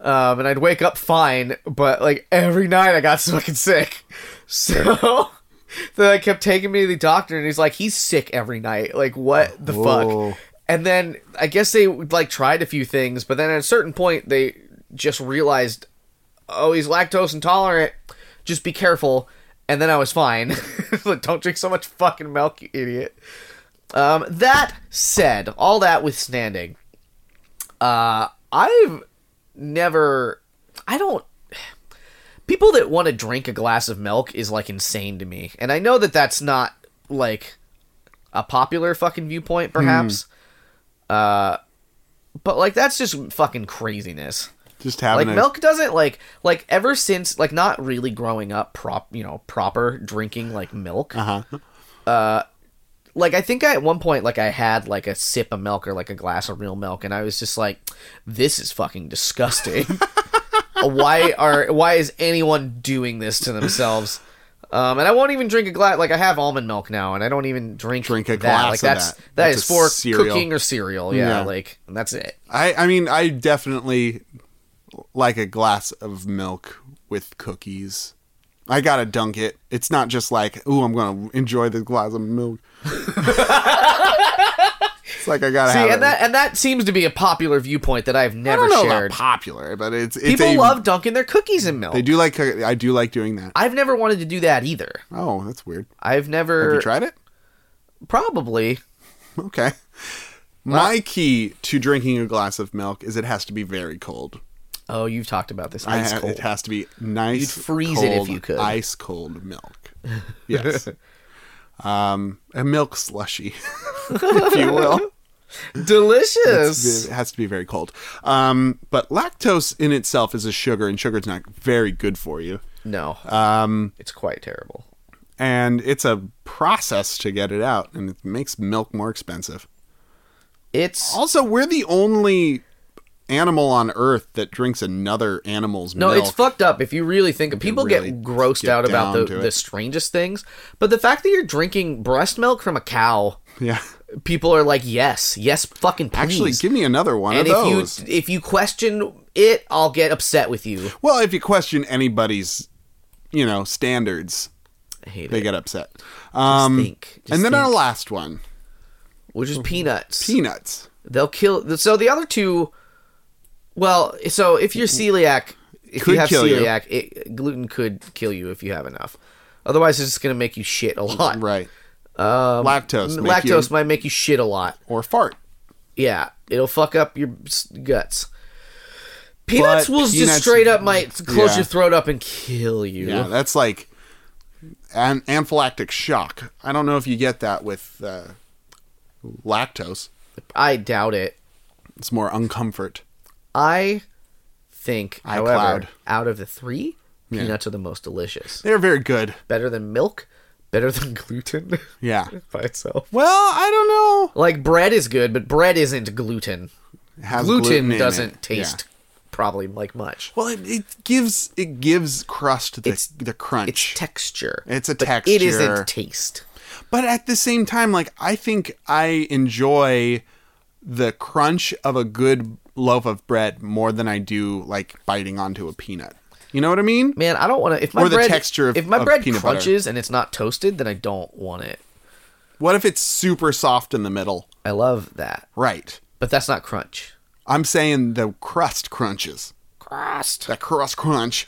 [SPEAKER 2] Um, and I'd wake up fine, but like every night I got so fucking sick. So then I kept taking me to the doctor, and he's like, "He's sick every night. Like what the
[SPEAKER 1] Whoa.
[SPEAKER 2] fuck?" And then I guess they like tried a few things, but then at a certain point they just realized, "Oh, he's lactose intolerant. Just be careful." And then I was fine. like, don't drink so much fucking milk, you idiot. Um, that said, all that withstanding, uh, I've never. I don't. People that want to drink a glass of milk is like insane to me, and I know that that's not like a popular fucking viewpoint, perhaps. Uh, but like that's just fucking craziness.
[SPEAKER 1] Just
[SPEAKER 2] Like
[SPEAKER 1] having a,
[SPEAKER 2] milk doesn't like like ever since like not really growing up prop you know proper drinking like milk. Uh-huh. like I think I, at one point like I had like a sip of milk or like a glass of real milk and I was just like this is fucking disgusting. why are why is anyone doing this to themselves? Um, and I won't even drink a glass. Like I have almond milk now, and I don't even drink
[SPEAKER 1] Drink a
[SPEAKER 2] that.
[SPEAKER 1] glass
[SPEAKER 2] Like
[SPEAKER 1] of
[SPEAKER 2] that's
[SPEAKER 1] that.
[SPEAKER 2] that's
[SPEAKER 1] That's a
[SPEAKER 2] for
[SPEAKER 1] cereal.
[SPEAKER 2] cooking or cereal. Yeah,
[SPEAKER 1] Yeah.
[SPEAKER 2] like and that's it.
[SPEAKER 1] I, I mean, I definitely like a glass of milk with cookies. I gotta dunk it. It's not just like, ooh, I'm gonna enjoy this glass of milk. it's like I gotta
[SPEAKER 2] See,
[SPEAKER 1] have
[SPEAKER 2] and
[SPEAKER 1] it.
[SPEAKER 2] that and that seems to be a popular viewpoint that I've
[SPEAKER 1] I
[SPEAKER 2] never
[SPEAKER 1] don't know
[SPEAKER 2] shared.
[SPEAKER 1] about popular, but it's, it's
[SPEAKER 2] People
[SPEAKER 1] a-
[SPEAKER 2] love dunking their cookies in milk.
[SPEAKER 1] They do like. I do like doing that.
[SPEAKER 2] I've never wanted to do that either.
[SPEAKER 1] Oh, that's weird.
[SPEAKER 2] I've never
[SPEAKER 1] Have you tried it?
[SPEAKER 2] probably.
[SPEAKER 1] Okay. My key to drinking a glass of milk is it has to be very cold.
[SPEAKER 2] Oh, you've talked about this.
[SPEAKER 1] I
[SPEAKER 2] Ice
[SPEAKER 1] ha-
[SPEAKER 2] cold.
[SPEAKER 1] It has to be nice.
[SPEAKER 2] You'd freeze it if
[SPEAKER 1] cold,
[SPEAKER 2] you could.
[SPEAKER 1] Ice cold milk. Yes. um, a milk slushy, if you will.
[SPEAKER 2] Delicious.
[SPEAKER 1] It has to be very cold. Um, but lactose in itself is a sugar, and sugar's not very good for you.
[SPEAKER 2] No. Um, it's quite terrible.
[SPEAKER 1] And it's a process to get it out, and it makes milk more expensive.
[SPEAKER 2] It's
[SPEAKER 1] Also, we're the only animal on Earth that drinks another animal's
[SPEAKER 2] no,
[SPEAKER 1] milk.
[SPEAKER 2] it's fucked up. If you really think, people
[SPEAKER 1] really
[SPEAKER 2] get grossed
[SPEAKER 1] get
[SPEAKER 2] out about
[SPEAKER 1] down
[SPEAKER 2] the,
[SPEAKER 1] to it.
[SPEAKER 2] the strangest things. But the fact that you're drinking breast milk from a cow
[SPEAKER 1] yeah.
[SPEAKER 2] people are like, yes, yes, fucking please.
[SPEAKER 1] Actually, give me another one
[SPEAKER 2] and
[SPEAKER 1] of
[SPEAKER 2] if
[SPEAKER 1] those.
[SPEAKER 2] you if you question it, I'll get upset with you.
[SPEAKER 1] well, if you question anybody's, you know, standards,
[SPEAKER 2] I hate
[SPEAKER 1] they
[SPEAKER 2] it.
[SPEAKER 1] get upset.
[SPEAKER 2] Just
[SPEAKER 1] Um,
[SPEAKER 2] think. Just
[SPEAKER 1] and then our
[SPEAKER 2] think.
[SPEAKER 1] last one,
[SPEAKER 2] which is peanuts.
[SPEAKER 1] peanuts.
[SPEAKER 2] They'll kill. So the other two, well, so if you're celiac, if
[SPEAKER 1] Mm-hmm. Could
[SPEAKER 2] you have
[SPEAKER 1] kill you.
[SPEAKER 2] celiac, It, gluten could kill you if you have enough. Otherwise, it's just gonna make you shit a lot.
[SPEAKER 1] Right.
[SPEAKER 2] Um,
[SPEAKER 1] Lactose. make you-
[SPEAKER 2] lactose might make you shit a lot.
[SPEAKER 1] or fart.
[SPEAKER 2] Yeah, it'll fuck up your s- guts. Peanuts will
[SPEAKER 1] peanuts-
[SPEAKER 2] just straight up might close
[SPEAKER 1] Yeah.
[SPEAKER 2] your throat up and kill you.
[SPEAKER 1] Yeah, that's like an anaphylactic shock. I don't know if you get that with uh, lactose.
[SPEAKER 2] I doubt it.
[SPEAKER 1] It's more uncomfort.
[SPEAKER 2] I think, however,
[SPEAKER 1] iCloud.
[SPEAKER 2] out of the three, peanuts are the most delicious.
[SPEAKER 1] They're very good.
[SPEAKER 2] Better than milk, better than gluten
[SPEAKER 1] Yeah.
[SPEAKER 2] by itself.
[SPEAKER 1] Well, I don't know.
[SPEAKER 2] Like bread is good, but bread isn't gluten.
[SPEAKER 1] It has
[SPEAKER 2] Gluten,
[SPEAKER 1] in it.
[SPEAKER 2] doesn't
[SPEAKER 1] Yeah.
[SPEAKER 2] taste probably like much.
[SPEAKER 1] Well, it, it gives it gives crust the
[SPEAKER 2] It's-
[SPEAKER 1] the
[SPEAKER 2] It's
[SPEAKER 1] crunch.
[SPEAKER 2] texture.
[SPEAKER 1] It's a
[SPEAKER 2] but It
[SPEAKER 1] texture.
[SPEAKER 2] isn't taste.
[SPEAKER 1] but at the same time, like I think I enjoy the crunch of a good loaf of bread more than I do like biting onto a peanut. You know what I mean?
[SPEAKER 2] Man, I don't want to. If my
[SPEAKER 1] Or the
[SPEAKER 2] bread,
[SPEAKER 1] texture of-
[SPEAKER 2] if my
[SPEAKER 1] of
[SPEAKER 2] bread
[SPEAKER 1] peanut butter.
[SPEAKER 2] crunches and it's not toasted, then I don't want it.
[SPEAKER 1] What if it's super soft in the middle?
[SPEAKER 2] I love that,
[SPEAKER 1] Right.
[SPEAKER 2] but that's not crunch.
[SPEAKER 1] I'm saying the crust crunches.
[SPEAKER 3] crust.
[SPEAKER 1] That crust crunch.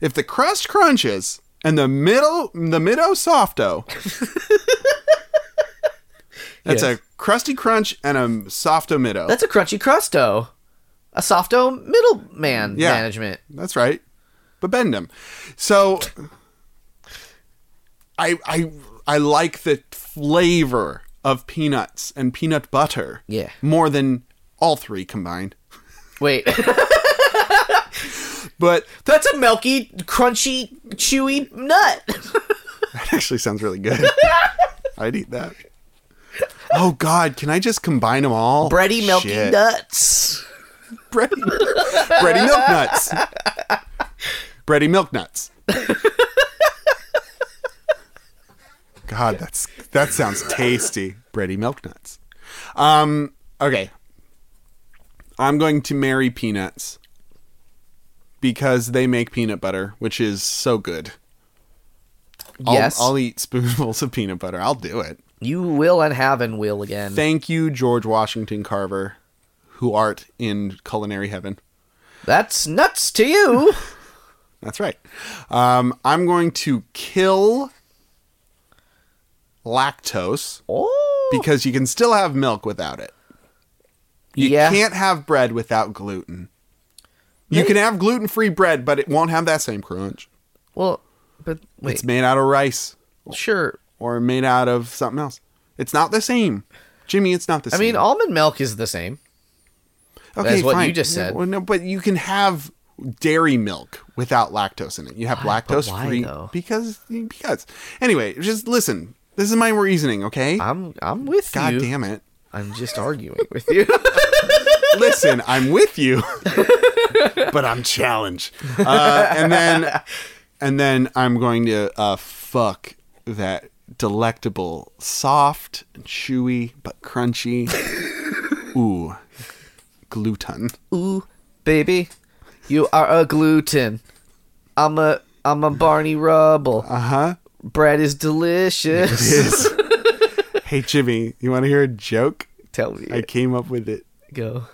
[SPEAKER 1] If the crust crunches and the middle the middo softo. that's
[SPEAKER 2] Yes.
[SPEAKER 1] a crusty crunch and a softo middo. That's,
[SPEAKER 2] That's a crunchy crusto, a softo middleman
[SPEAKER 1] Yeah.
[SPEAKER 2] management.
[SPEAKER 1] right. But bend them. So I I I like the flavor of peanuts and peanut butter.
[SPEAKER 2] Yeah.
[SPEAKER 1] More than all three combined.
[SPEAKER 2] Wait,
[SPEAKER 1] But
[SPEAKER 2] that's a milky, crunchy, chewy nut.
[SPEAKER 1] That actually sounds really good. I'd eat that. Oh God! Can I just combine them all?
[SPEAKER 2] Bready, milky
[SPEAKER 1] Shit.
[SPEAKER 2] nuts.
[SPEAKER 1] Bready, bready milk nuts. Bready milk nuts. God, that's that sounds tasty. Bready milk nuts. Um. Okay. I'm going to marry peanuts because they make peanut butter, which is so good. I'll-
[SPEAKER 2] yes,
[SPEAKER 1] I'll eat spoonfuls of peanut butter. I'll do it.
[SPEAKER 2] you will and have and will again.
[SPEAKER 1] Thank you, George Washington Carver, who art in culinary heaven.
[SPEAKER 2] that's nuts to you.
[SPEAKER 1] That's right. Um, I'm going to kill lactose
[SPEAKER 2] oh,
[SPEAKER 1] because you can still have milk without it. You
[SPEAKER 2] Yeah.
[SPEAKER 1] can't have bread without gluten. You can have gluten free bread, but it won't have that same crunch.
[SPEAKER 2] well, but wait,
[SPEAKER 1] It's made out of rice
[SPEAKER 2] sure.
[SPEAKER 1] or made out of something else. It's not the same. Jimmy, it's not the
[SPEAKER 2] I
[SPEAKER 1] same.
[SPEAKER 2] mean, almond milk is the same.
[SPEAKER 1] Okay,
[SPEAKER 2] That's what you just said.
[SPEAKER 1] Well, no, but you can have dairy milk without lactose in it. You have lactose
[SPEAKER 2] why,
[SPEAKER 1] free
[SPEAKER 2] though?
[SPEAKER 1] because because. Anyway, just listen. This is my reasoning, okay?
[SPEAKER 2] I'm I'm with
[SPEAKER 1] God
[SPEAKER 2] you.
[SPEAKER 1] damn it.
[SPEAKER 2] I'm just arguing with you.
[SPEAKER 1] Listen, I'm with you, but I'm challenged. Uh, and then, and then I'm going to uh, fuck that delectable, soft, and chewy but crunchy. Ooh, gluten.
[SPEAKER 2] Ooh, baby, you are a gluten. I'm a I'm a Barney Rubble.
[SPEAKER 1] Uh huh.
[SPEAKER 2] Bread is delicious.
[SPEAKER 1] is. hey Jimmy, you want to hear a joke?
[SPEAKER 2] Tell me,
[SPEAKER 1] I came up with it.
[SPEAKER 2] go.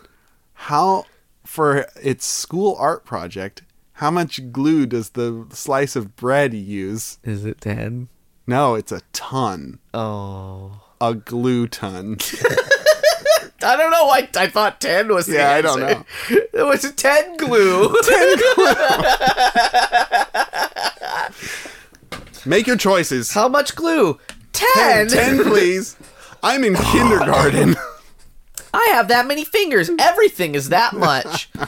[SPEAKER 1] How for its school art project, how much glue does the slice of bread use?
[SPEAKER 2] Is it ten?
[SPEAKER 1] No, it's a ton.
[SPEAKER 2] Oh,
[SPEAKER 1] A glue ton.
[SPEAKER 2] I don't know why I thought ten was. The
[SPEAKER 1] Yeah, I don't
[SPEAKER 2] answer. It was a ten glue.
[SPEAKER 1] Make your choices.
[SPEAKER 2] How much glue? Ten.
[SPEAKER 1] Ten, please. I'm in kindergarten.
[SPEAKER 2] I have that many fingers. Everything is that much. uh,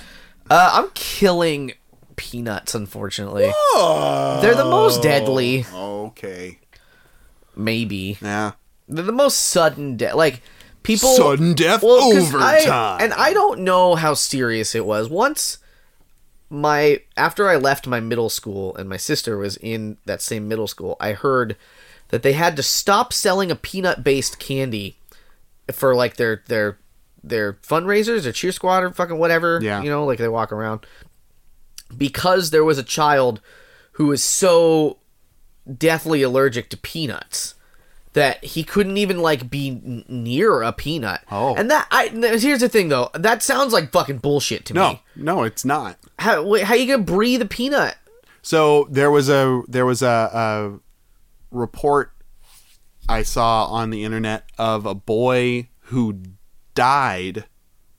[SPEAKER 2] I'm killing peanuts. Unfortunately, they're the most deadly.
[SPEAKER 1] Oh. Okay.
[SPEAKER 2] Maybe.
[SPEAKER 1] Yeah.
[SPEAKER 2] They're the most sudden death. Like people
[SPEAKER 1] Sudden death
[SPEAKER 2] 'cause I-
[SPEAKER 1] overtime.
[SPEAKER 2] and I don't know how serious it was. Once my after I left my middle school and my sister was in that same middle school, I heard that they had to stop selling a peanut based candy for like their their their fundraisers or cheer squad or fucking whatever.
[SPEAKER 1] Yeah.
[SPEAKER 2] You know, like they walk around. Because there was a child who was so deathly allergic to peanuts that he couldn't even like be n- near a peanut.
[SPEAKER 1] Oh.
[SPEAKER 2] And that I n- here's the thing though. That sounds like fucking bullshit to
[SPEAKER 1] No,
[SPEAKER 2] me.
[SPEAKER 1] no, it's not.
[SPEAKER 2] How wait, how you going to breathe a peanut?
[SPEAKER 1] So there was a there was a, a report I saw on the internet of a boy who died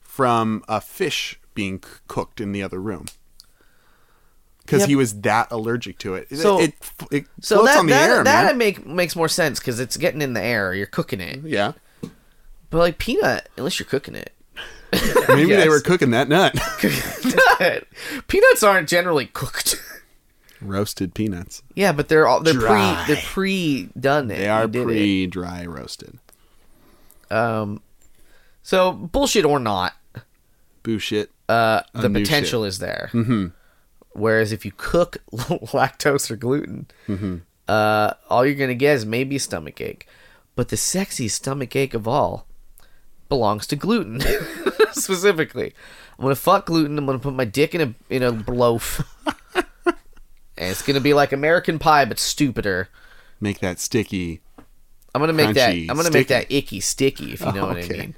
[SPEAKER 1] from a fish being c- cooked in the other room because
[SPEAKER 2] Yep.
[SPEAKER 1] he was that allergic to it.
[SPEAKER 2] So-
[SPEAKER 1] it, it, it
[SPEAKER 2] So
[SPEAKER 1] floats
[SPEAKER 2] that
[SPEAKER 1] on the
[SPEAKER 2] that,
[SPEAKER 1] air,
[SPEAKER 2] that
[SPEAKER 1] man.
[SPEAKER 2] make makes more sense cuz it's getting in the air. You're cooking it.
[SPEAKER 1] yeah,
[SPEAKER 2] But like peanut, unless you're cooking it.
[SPEAKER 1] maybe they
[SPEAKER 2] Yes.
[SPEAKER 1] were cooking that nut.
[SPEAKER 2] Peanuts aren't generally cooked.
[SPEAKER 1] Roasted peanuts.
[SPEAKER 2] yeah, but they're all they're
[SPEAKER 1] Dry.
[SPEAKER 2] pre they're pre done.
[SPEAKER 1] They are pre dry roasted.
[SPEAKER 2] Um, so bullshit or not,
[SPEAKER 1] Bullshit.
[SPEAKER 2] uh, the
[SPEAKER 1] new
[SPEAKER 2] potential is there. Mm-hmm. Whereas if you cook lactose or gluten,
[SPEAKER 1] Mm-hmm.
[SPEAKER 2] uh, all you're gonna get is maybe a stomach ache. But the sexy stomach ache of all belongs to gluten specifically. I'm gonna fuck gluten. I'm gonna put my dick in a in a loaf, and it's gonna be like American pie but stupider.
[SPEAKER 1] Make that sticky.
[SPEAKER 2] I'm gonna make that.
[SPEAKER 1] Crunchy,
[SPEAKER 2] I'm gonna make
[SPEAKER 1] sticky.
[SPEAKER 2] that icky sticky. If you know what I
[SPEAKER 1] okay.
[SPEAKER 2] mean.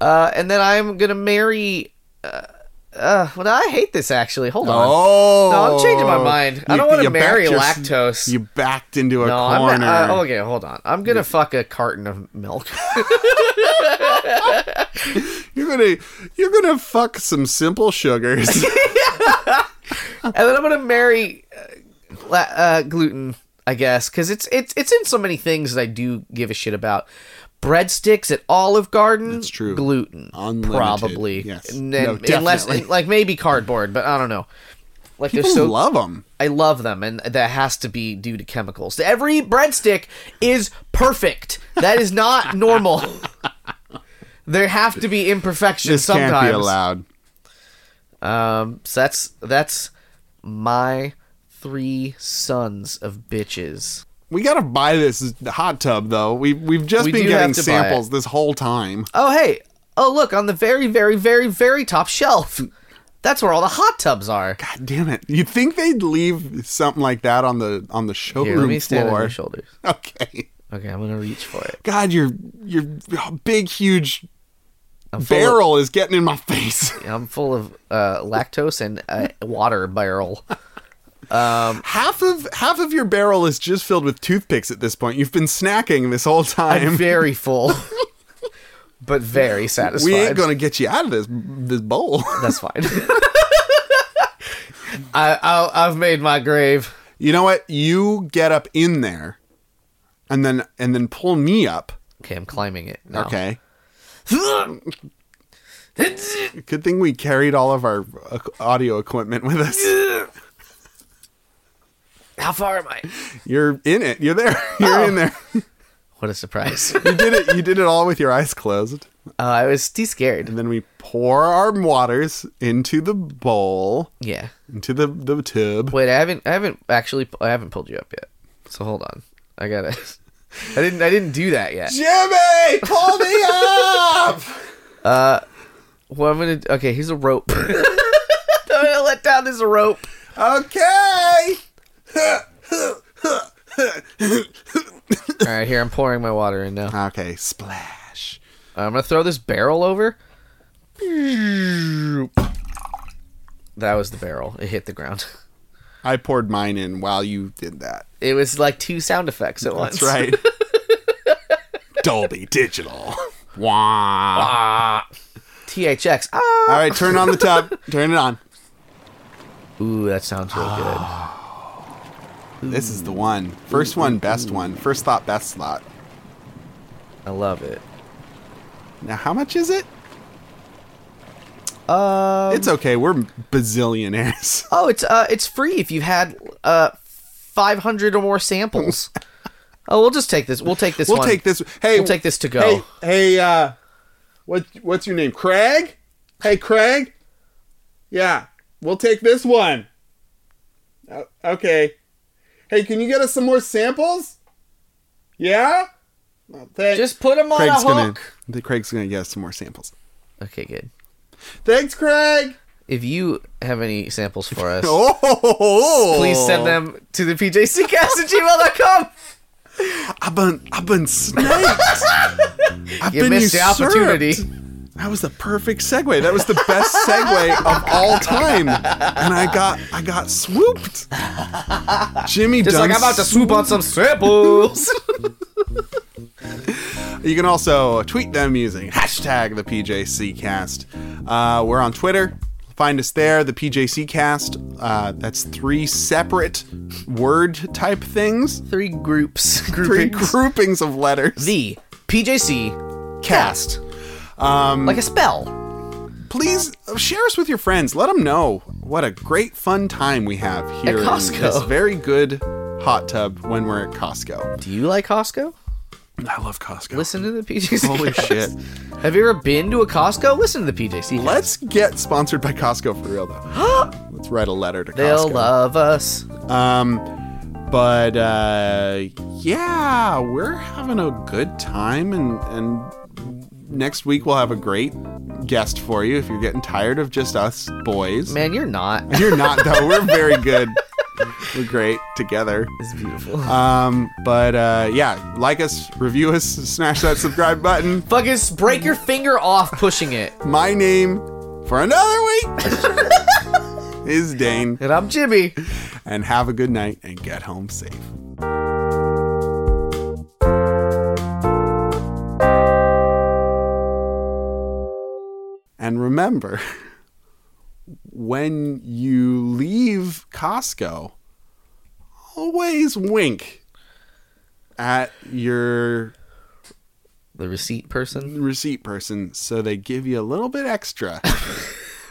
[SPEAKER 2] Uh, and then I'm gonna marry. Uh, uh, well, I hate this actually. Hold on.
[SPEAKER 1] Oh,
[SPEAKER 2] No, I'm changing my mind. I don't wanna
[SPEAKER 1] you backed
[SPEAKER 2] marry
[SPEAKER 1] your-
[SPEAKER 2] lactose.
[SPEAKER 1] You backed into a
[SPEAKER 2] No, I'm
[SPEAKER 1] corner.
[SPEAKER 2] not, uh, okay. Hold on. I'm gonna fuck a carton of milk.
[SPEAKER 1] You're gonna you're gonna fuck some simple sugars.
[SPEAKER 2] and then I'm gonna marry uh, la- uh, gluten, I guess, because it's it's it's in so many things that I do give a shit about. Breadsticks at Olive Garden. That's
[SPEAKER 1] true.
[SPEAKER 2] Gluten,
[SPEAKER 1] Unlimited.
[SPEAKER 2] probably.
[SPEAKER 1] Yes.
[SPEAKER 2] And-
[SPEAKER 1] No,
[SPEAKER 2] and- unless,
[SPEAKER 1] definitely.
[SPEAKER 2] and, like maybe cardboard, but I don't know. Like
[SPEAKER 1] People
[SPEAKER 2] they're so
[SPEAKER 1] love them.
[SPEAKER 2] I love them, and that has to be due to chemicals. Every breadstick is perfect. That is not normal. there have to be imperfections
[SPEAKER 1] This
[SPEAKER 2] sometimes.
[SPEAKER 1] can't be allowed.
[SPEAKER 2] Um, so that's that's my three sons of bitches.
[SPEAKER 1] We gotta buy this hot tub though. We we've just
[SPEAKER 2] We
[SPEAKER 1] been
[SPEAKER 2] do have
[SPEAKER 1] getting
[SPEAKER 2] to buy
[SPEAKER 1] samples this whole time.
[SPEAKER 2] Oh hey, oh look on the very very very very top shelf. That's where all the hot tubs are.
[SPEAKER 1] God damn it! You'd think they'd leave something like that on the on the showroom
[SPEAKER 2] Here, let me stand on
[SPEAKER 1] floor.
[SPEAKER 2] your shoulders.
[SPEAKER 1] okay.
[SPEAKER 2] Okay, I'm gonna reach for it.
[SPEAKER 1] God, your your big huge
[SPEAKER 2] I'm full of-
[SPEAKER 1] barrel is getting in my face.
[SPEAKER 2] I'm full of uh, lactose and uh, water barrel.
[SPEAKER 1] half of half of your barrel is just filled with toothpicks at this point. You've been snacking this whole
[SPEAKER 2] I'm
[SPEAKER 1] time.
[SPEAKER 2] very full, but very satisfied.
[SPEAKER 1] We ain't gonna get you out of this this bowl.
[SPEAKER 2] That's fine. I, I I've made my grave.
[SPEAKER 1] you know what? You get up in there, and then and then pull me up.
[SPEAKER 2] Okay, I'm climbing it. Now.
[SPEAKER 1] Okay. Good thing we carried all of our uh, audio equipment with us.
[SPEAKER 2] How far am I?
[SPEAKER 1] You're in it. You're there. You're in there.
[SPEAKER 2] What a surprise!
[SPEAKER 1] You did it. You did it all with your eyes closed.
[SPEAKER 2] Uh, I was too scared.
[SPEAKER 1] And then we pour our waters into the bowl,
[SPEAKER 2] Yeah.
[SPEAKER 1] into the the tub.
[SPEAKER 2] Wait, I haven't I haven't actually I haven't pulled you up yet. So hold on. I gotta. I didn't I didn't do that yet.
[SPEAKER 1] Jimmy, pull me up!
[SPEAKER 2] Well, I'm gonna. Okay, here's a rope. I'm gonna let down this rope.
[SPEAKER 1] Okay.
[SPEAKER 2] All right, here I'm pouring my water in now.
[SPEAKER 1] Okay, splash.
[SPEAKER 2] I'm gonna throw this barrel over. That was the barrel. It hit the ground.
[SPEAKER 1] I poured mine in while you did that.
[SPEAKER 2] It was like two sound effects at once.
[SPEAKER 1] That's right. Dolby Digital. Wah.
[SPEAKER 2] THX. Ah.
[SPEAKER 1] All right, turn on the tub. Turn it on.
[SPEAKER 2] Ooh, that sounds real good.
[SPEAKER 1] This is the one. First one, best one. First thought, best thought.
[SPEAKER 2] I love it.
[SPEAKER 1] Now, how much is it?
[SPEAKER 2] Uh.
[SPEAKER 1] It's okay. We're bazillionaires.
[SPEAKER 2] Oh, it's uh, it's free if you've had uh, five hundred or more samples. oh, we'll just take this. We'll take this.
[SPEAKER 1] We'll
[SPEAKER 2] one.
[SPEAKER 1] take this. Hey,
[SPEAKER 2] We'll take this to go.
[SPEAKER 1] Hey, hey uh, what what's your name? Craig? Hey, Craig. Yeah, we'll take this one. O- okay. Hey, can you get us some more samples? Yeah. Well, thank-
[SPEAKER 2] Just put them on
[SPEAKER 1] Craig's
[SPEAKER 2] a
[SPEAKER 1] gonna
[SPEAKER 2] hook.
[SPEAKER 1] The Craig's gonna get us some more samples.
[SPEAKER 2] Okay, good.
[SPEAKER 1] Thanks, Craig.
[SPEAKER 2] If you have any samples for us,
[SPEAKER 1] Oh,
[SPEAKER 2] please send them to the pjccast at gmail.com.
[SPEAKER 1] I've been, I've been snaked. I've
[SPEAKER 2] You
[SPEAKER 1] been
[SPEAKER 2] missed the
[SPEAKER 1] usurped.
[SPEAKER 2] opportunity.
[SPEAKER 1] That was the perfect segue. That was the best segue of all time, and I got, I got swooped. Jimmy,
[SPEAKER 2] Just like I'm about to swoop on some samples.
[SPEAKER 1] You can also tweet them using hashtag the PJCcast. Uh, we're on Twitter. Find us there, the PJCcast. Uh, that's three separate word type things,
[SPEAKER 2] Three groups.
[SPEAKER 1] three
[SPEAKER 2] Groupings.
[SPEAKER 1] groupings of letters.
[SPEAKER 2] the PJC cast. Um, like a spell.
[SPEAKER 1] Please share us with your friends. Let them know what a great fun time we have here in
[SPEAKER 2] Costco.
[SPEAKER 1] this very good hot tub when we're at Costco.
[SPEAKER 2] Do you like Costco?
[SPEAKER 1] I love Costco.
[SPEAKER 2] Listen to the PJC.
[SPEAKER 1] Holy
[SPEAKER 2] cast.
[SPEAKER 1] shit.
[SPEAKER 2] Have you ever been to a Costco? Listen to the PJC. cast.
[SPEAKER 1] Let's get sponsored by Costco for real though. Let's write a letter to
[SPEAKER 2] They'll
[SPEAKER 1] Costco.
[SPEAKER 2] love us.
[SPEAKER 1] Um, but uh, yeah, we're having a good time, and and next week we'll have a great guest for you. If you're getting tired of just us boys,
[SPEAKER 2] Man, you're not.
[SPEAKER 1] you're not though. We're very good. We're great together.
[SPEAKER 2] It's beautiful.
[SPEAKER 1] Um, but uh, yeah, like us, review us, smash that subscribe button.
[SPEAKER 2] Fucking s- break your finger off pushing it.
[SPEAKER 1] My name for another week is Dane,
[SPEAKER 2] And I'm Jimmy.
[SPEAKER 1] and have a good night and get home safe. And remember, when you leave Costco, always wink at your
[SPEAKER 2] The receipt person.
[SPEAKER 1] receipt person so they give you a little bit extra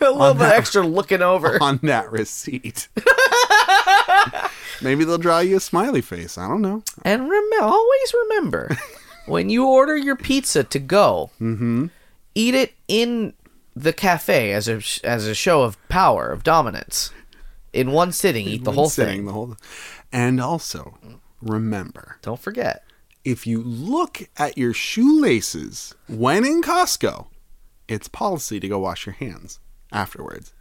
[SPEAKER 2] A little bit extra looking over.
[SPEAKER 1] on that receipt. Maybe they'll draw you a smiley face. I don't know.
[SPEAKER 2] And rem- always remember when you order your pizza to go, Mm-hmm. eat it in the cafe as a, sh- as a show of power, of dominance. In one sitting, eat the whole
[SPEAKER 1] Sitting
[SPEAKER 2] thing.
[SPEAKER 1] the whole And also, remember,
[SPEAKER 2] Don't forget.
[SPEAKER 1] if you look at your shoelaces when in Costco, it's policy to go wash your hands afterwards.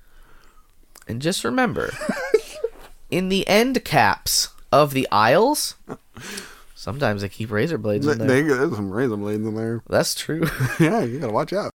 [SPEAKER 2] And just remember in the end caps of the aisles, sometimes they keep razor blades in there.
[SPEAKER 1] They- There's some razor blades in there.
[SPEAKER 2] That's true.
[SPEAKER 1] Yeah, you gotta watch out.